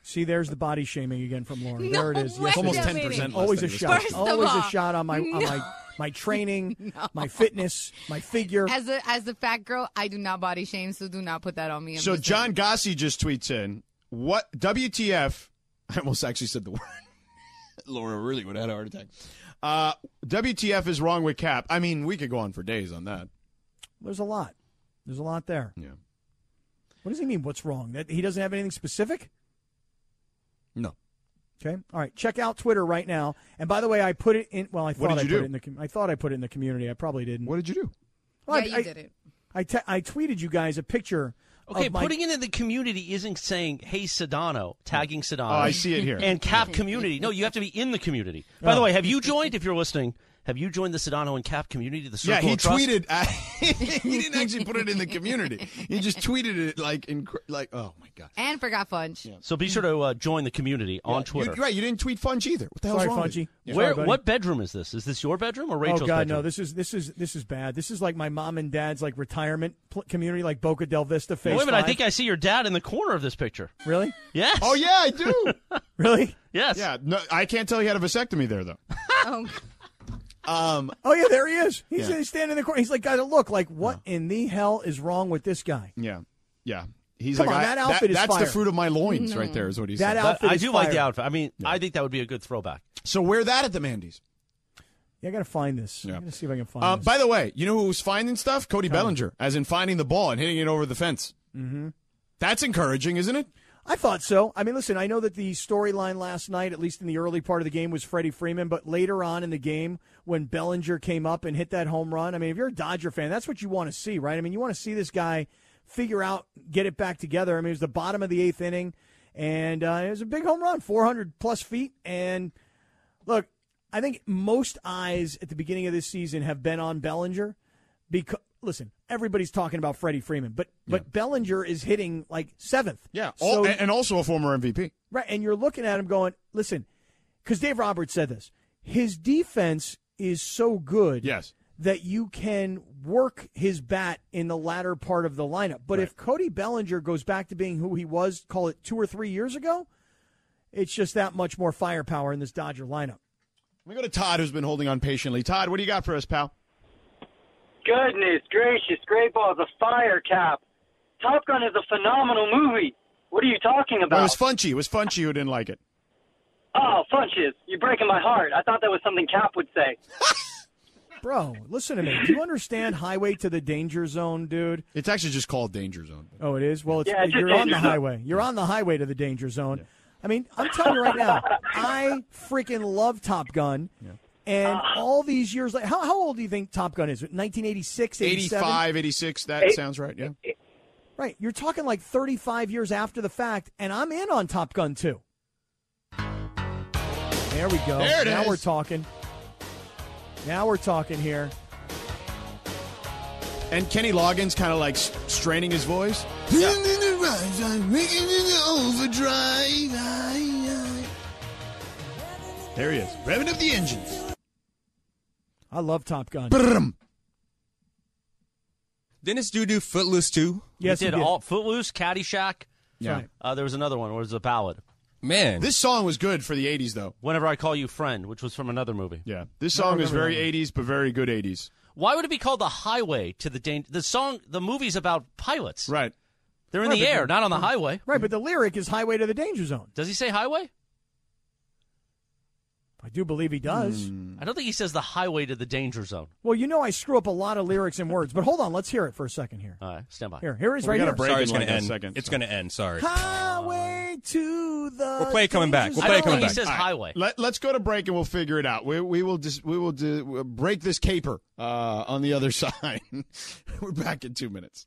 see, there's the body shaming again from Lauren. No there it is. way. Yes, it Almost is. Yeah, 10% less. maybe. always than a this shot. person. First *laughs* of Always a all, shot on my on no. my my training, my fitness, my figure. As a as the fat girl, I do not body shame, so do not put that on me. I'm So just saying. John Gossi just tweets in, "What WTF?" *laughs* I almost actually said the word. *laughs* Laura really would have had a heart attack. Uh, WTF is wrong with Cap. I mean, we could go on for days on that. There's a lot. There's a lot there. Yeah. What does he mean? What's wrong? That he doesn't have anything specific? No. Okay. All right. Check out Twitter right now. And by the way, I put it in. Well, I What thought did I you put do? it in the. com- I thought I put it in the community. I probably didn't. What did you do? Well, yeah, I, you did it. I, I, te- I tweeted you guys a picture. Okay, of my, putting it in the community isn't saying, hey, Sedano, tagging Sedano. Oh, I see it here. And Cap community. No, you have to be in the community. By the way, have you joined, if you're listening, have you joined the Sedano and Cap community, the yeah, Circle he of Trust? tweeted. *laughs* *laughs* he didn't actually put it in the community. He just tweeted it like, in, like, oh my god. And forgot Funch. So be sure to uh, join the community on Twitter. You, right, you didn't tweet Funch either. What the hell's Sorry, wrong? with you? Funchy. Where, Sorry, buddy. what bedroom is this? Is this your bedroom or Rachel's oh God, bedroom? no! This is this is this is bad. This is like my mom and dad's like retirement pl- community, like Boca del Vista. Phase Wait a minute, I five. think I see your dad in the corner of this picture. really, Yes. Oh yeah, I do. *laughs* really. Yes. yeah, no, I can't tell he had a vasectomy there though. *laughs* Oh, Um, Oh yeah, there he is. He's Yeah. he's standing in the corner. He's like, gotta look. Like, what in the hell is wrong with this guy? yeah, yeah. He's Come like, on, I- that outfit is that's the fire. fruit of my loins, right there, is what he said. That outfit That- I is do like the fire. outfit. I mean, I think that would be a good throwback. So wear that at the Mandy's. Yeah, I gotta find this. Yeah. I gotta see if I can find Uh, this. by the way, you know who was finding stuff? Cody Bellinger, as in finding the ball and hitting it over the fence. Mm-hmm. That's encouraging, isn't it? I thought so. I mean, listen, I know that the storyline last night, at least in the early part of the game, was Freddie Freeman, but later on in the game, when Bellinger came up and hit that home run, I mean, if you're a Dodger fan, that's what you want to see, right? I mean, you want to see this guy figure out, get it back together. I mean, it was the bottom of the eighth inning, and uh, it was a big home run, 400 plus feet. And look, I think most eyes at the beginning of this season have been on Bellinger because. Listen, everybody's talking about Freddie Freeman, but but Bellinger is hitting like seventh. All, So- Oh, and, and also a former MVP. Right. And you're looking at him going, listen, because Dave Roberts said this his defense is so good Yes. that you can work his bat in the latter part of the lineup. But if Cody Bellinger goes back to being who he was, call it two or three years ago, it's just that much more firepower in this Dodger lineup. We go to Todd, who's been holding on patiently. Todd, what do you got for us, pal? Goodness gracious, Great Balls of Fire Cap. Top Gun is a phenomenal movie. What are you talking Well, about? Oh, it was Funchy. It was Funchy who didn't like it. oh, Funches, you're breaking my heart. I thought that was something Cap would say. Bro, listen to me. Do you understand highway to the danger zone, dude? It's actually just called Danger Zone. Oh, it is. Well, it's, Yeah, it's just you're on the dangerous. highway. You're on the highway to the danger zone. I mean, I'm telling you right now, I freaking love Top Gun. And all these years, like, how, how old do you think Top Gun is? 1986, 87? 85, 86, that sounds right, yeah. Right. You're talking like 35 years after the fact, and I'm in on Top Gun too. There we go. There it now is. we're talking. Now we're talking here. And Kenny Loggins kind of like s- straining his voice. There he is, revving up the engines. I love Top Gun. Brrm. Didn't this dude do Footloose too? yes, he he did, all Footloose, Caddyshack. Yeah. Right. Uh, there was another one where it was a ballad. Man, This song was good for the 80s, though. Whenever I call you friend, which was from another movie. Yeah. This song is very 80s, but very good 80s. Why would it be called the Highway to the Danger? The song, the movie's about pilots. Right. mm-hmm. They're in the air, not on the highway. Right, but the lyric is highway to the danger zone. Does he say highway? I do believe he does. Hmm. I don't think he says the highway to the danger zone. Well, you know I screw up a lot of lyrics and words, but hold on, let's hear it for a second here. All right, stand by. Here, here it is Well, we right gotta here. break sorry, in it's gonna like a end. second, it's so. gonna end. Sorry. Highway to the. We'll play it coming back. We'll I play don't it coming think he says back. All right. highway. Let, let's go to break and we'll figure it out. We, we will just we *laughs* will do, we'll break this caper uh, on the other side. We're back in two minutes.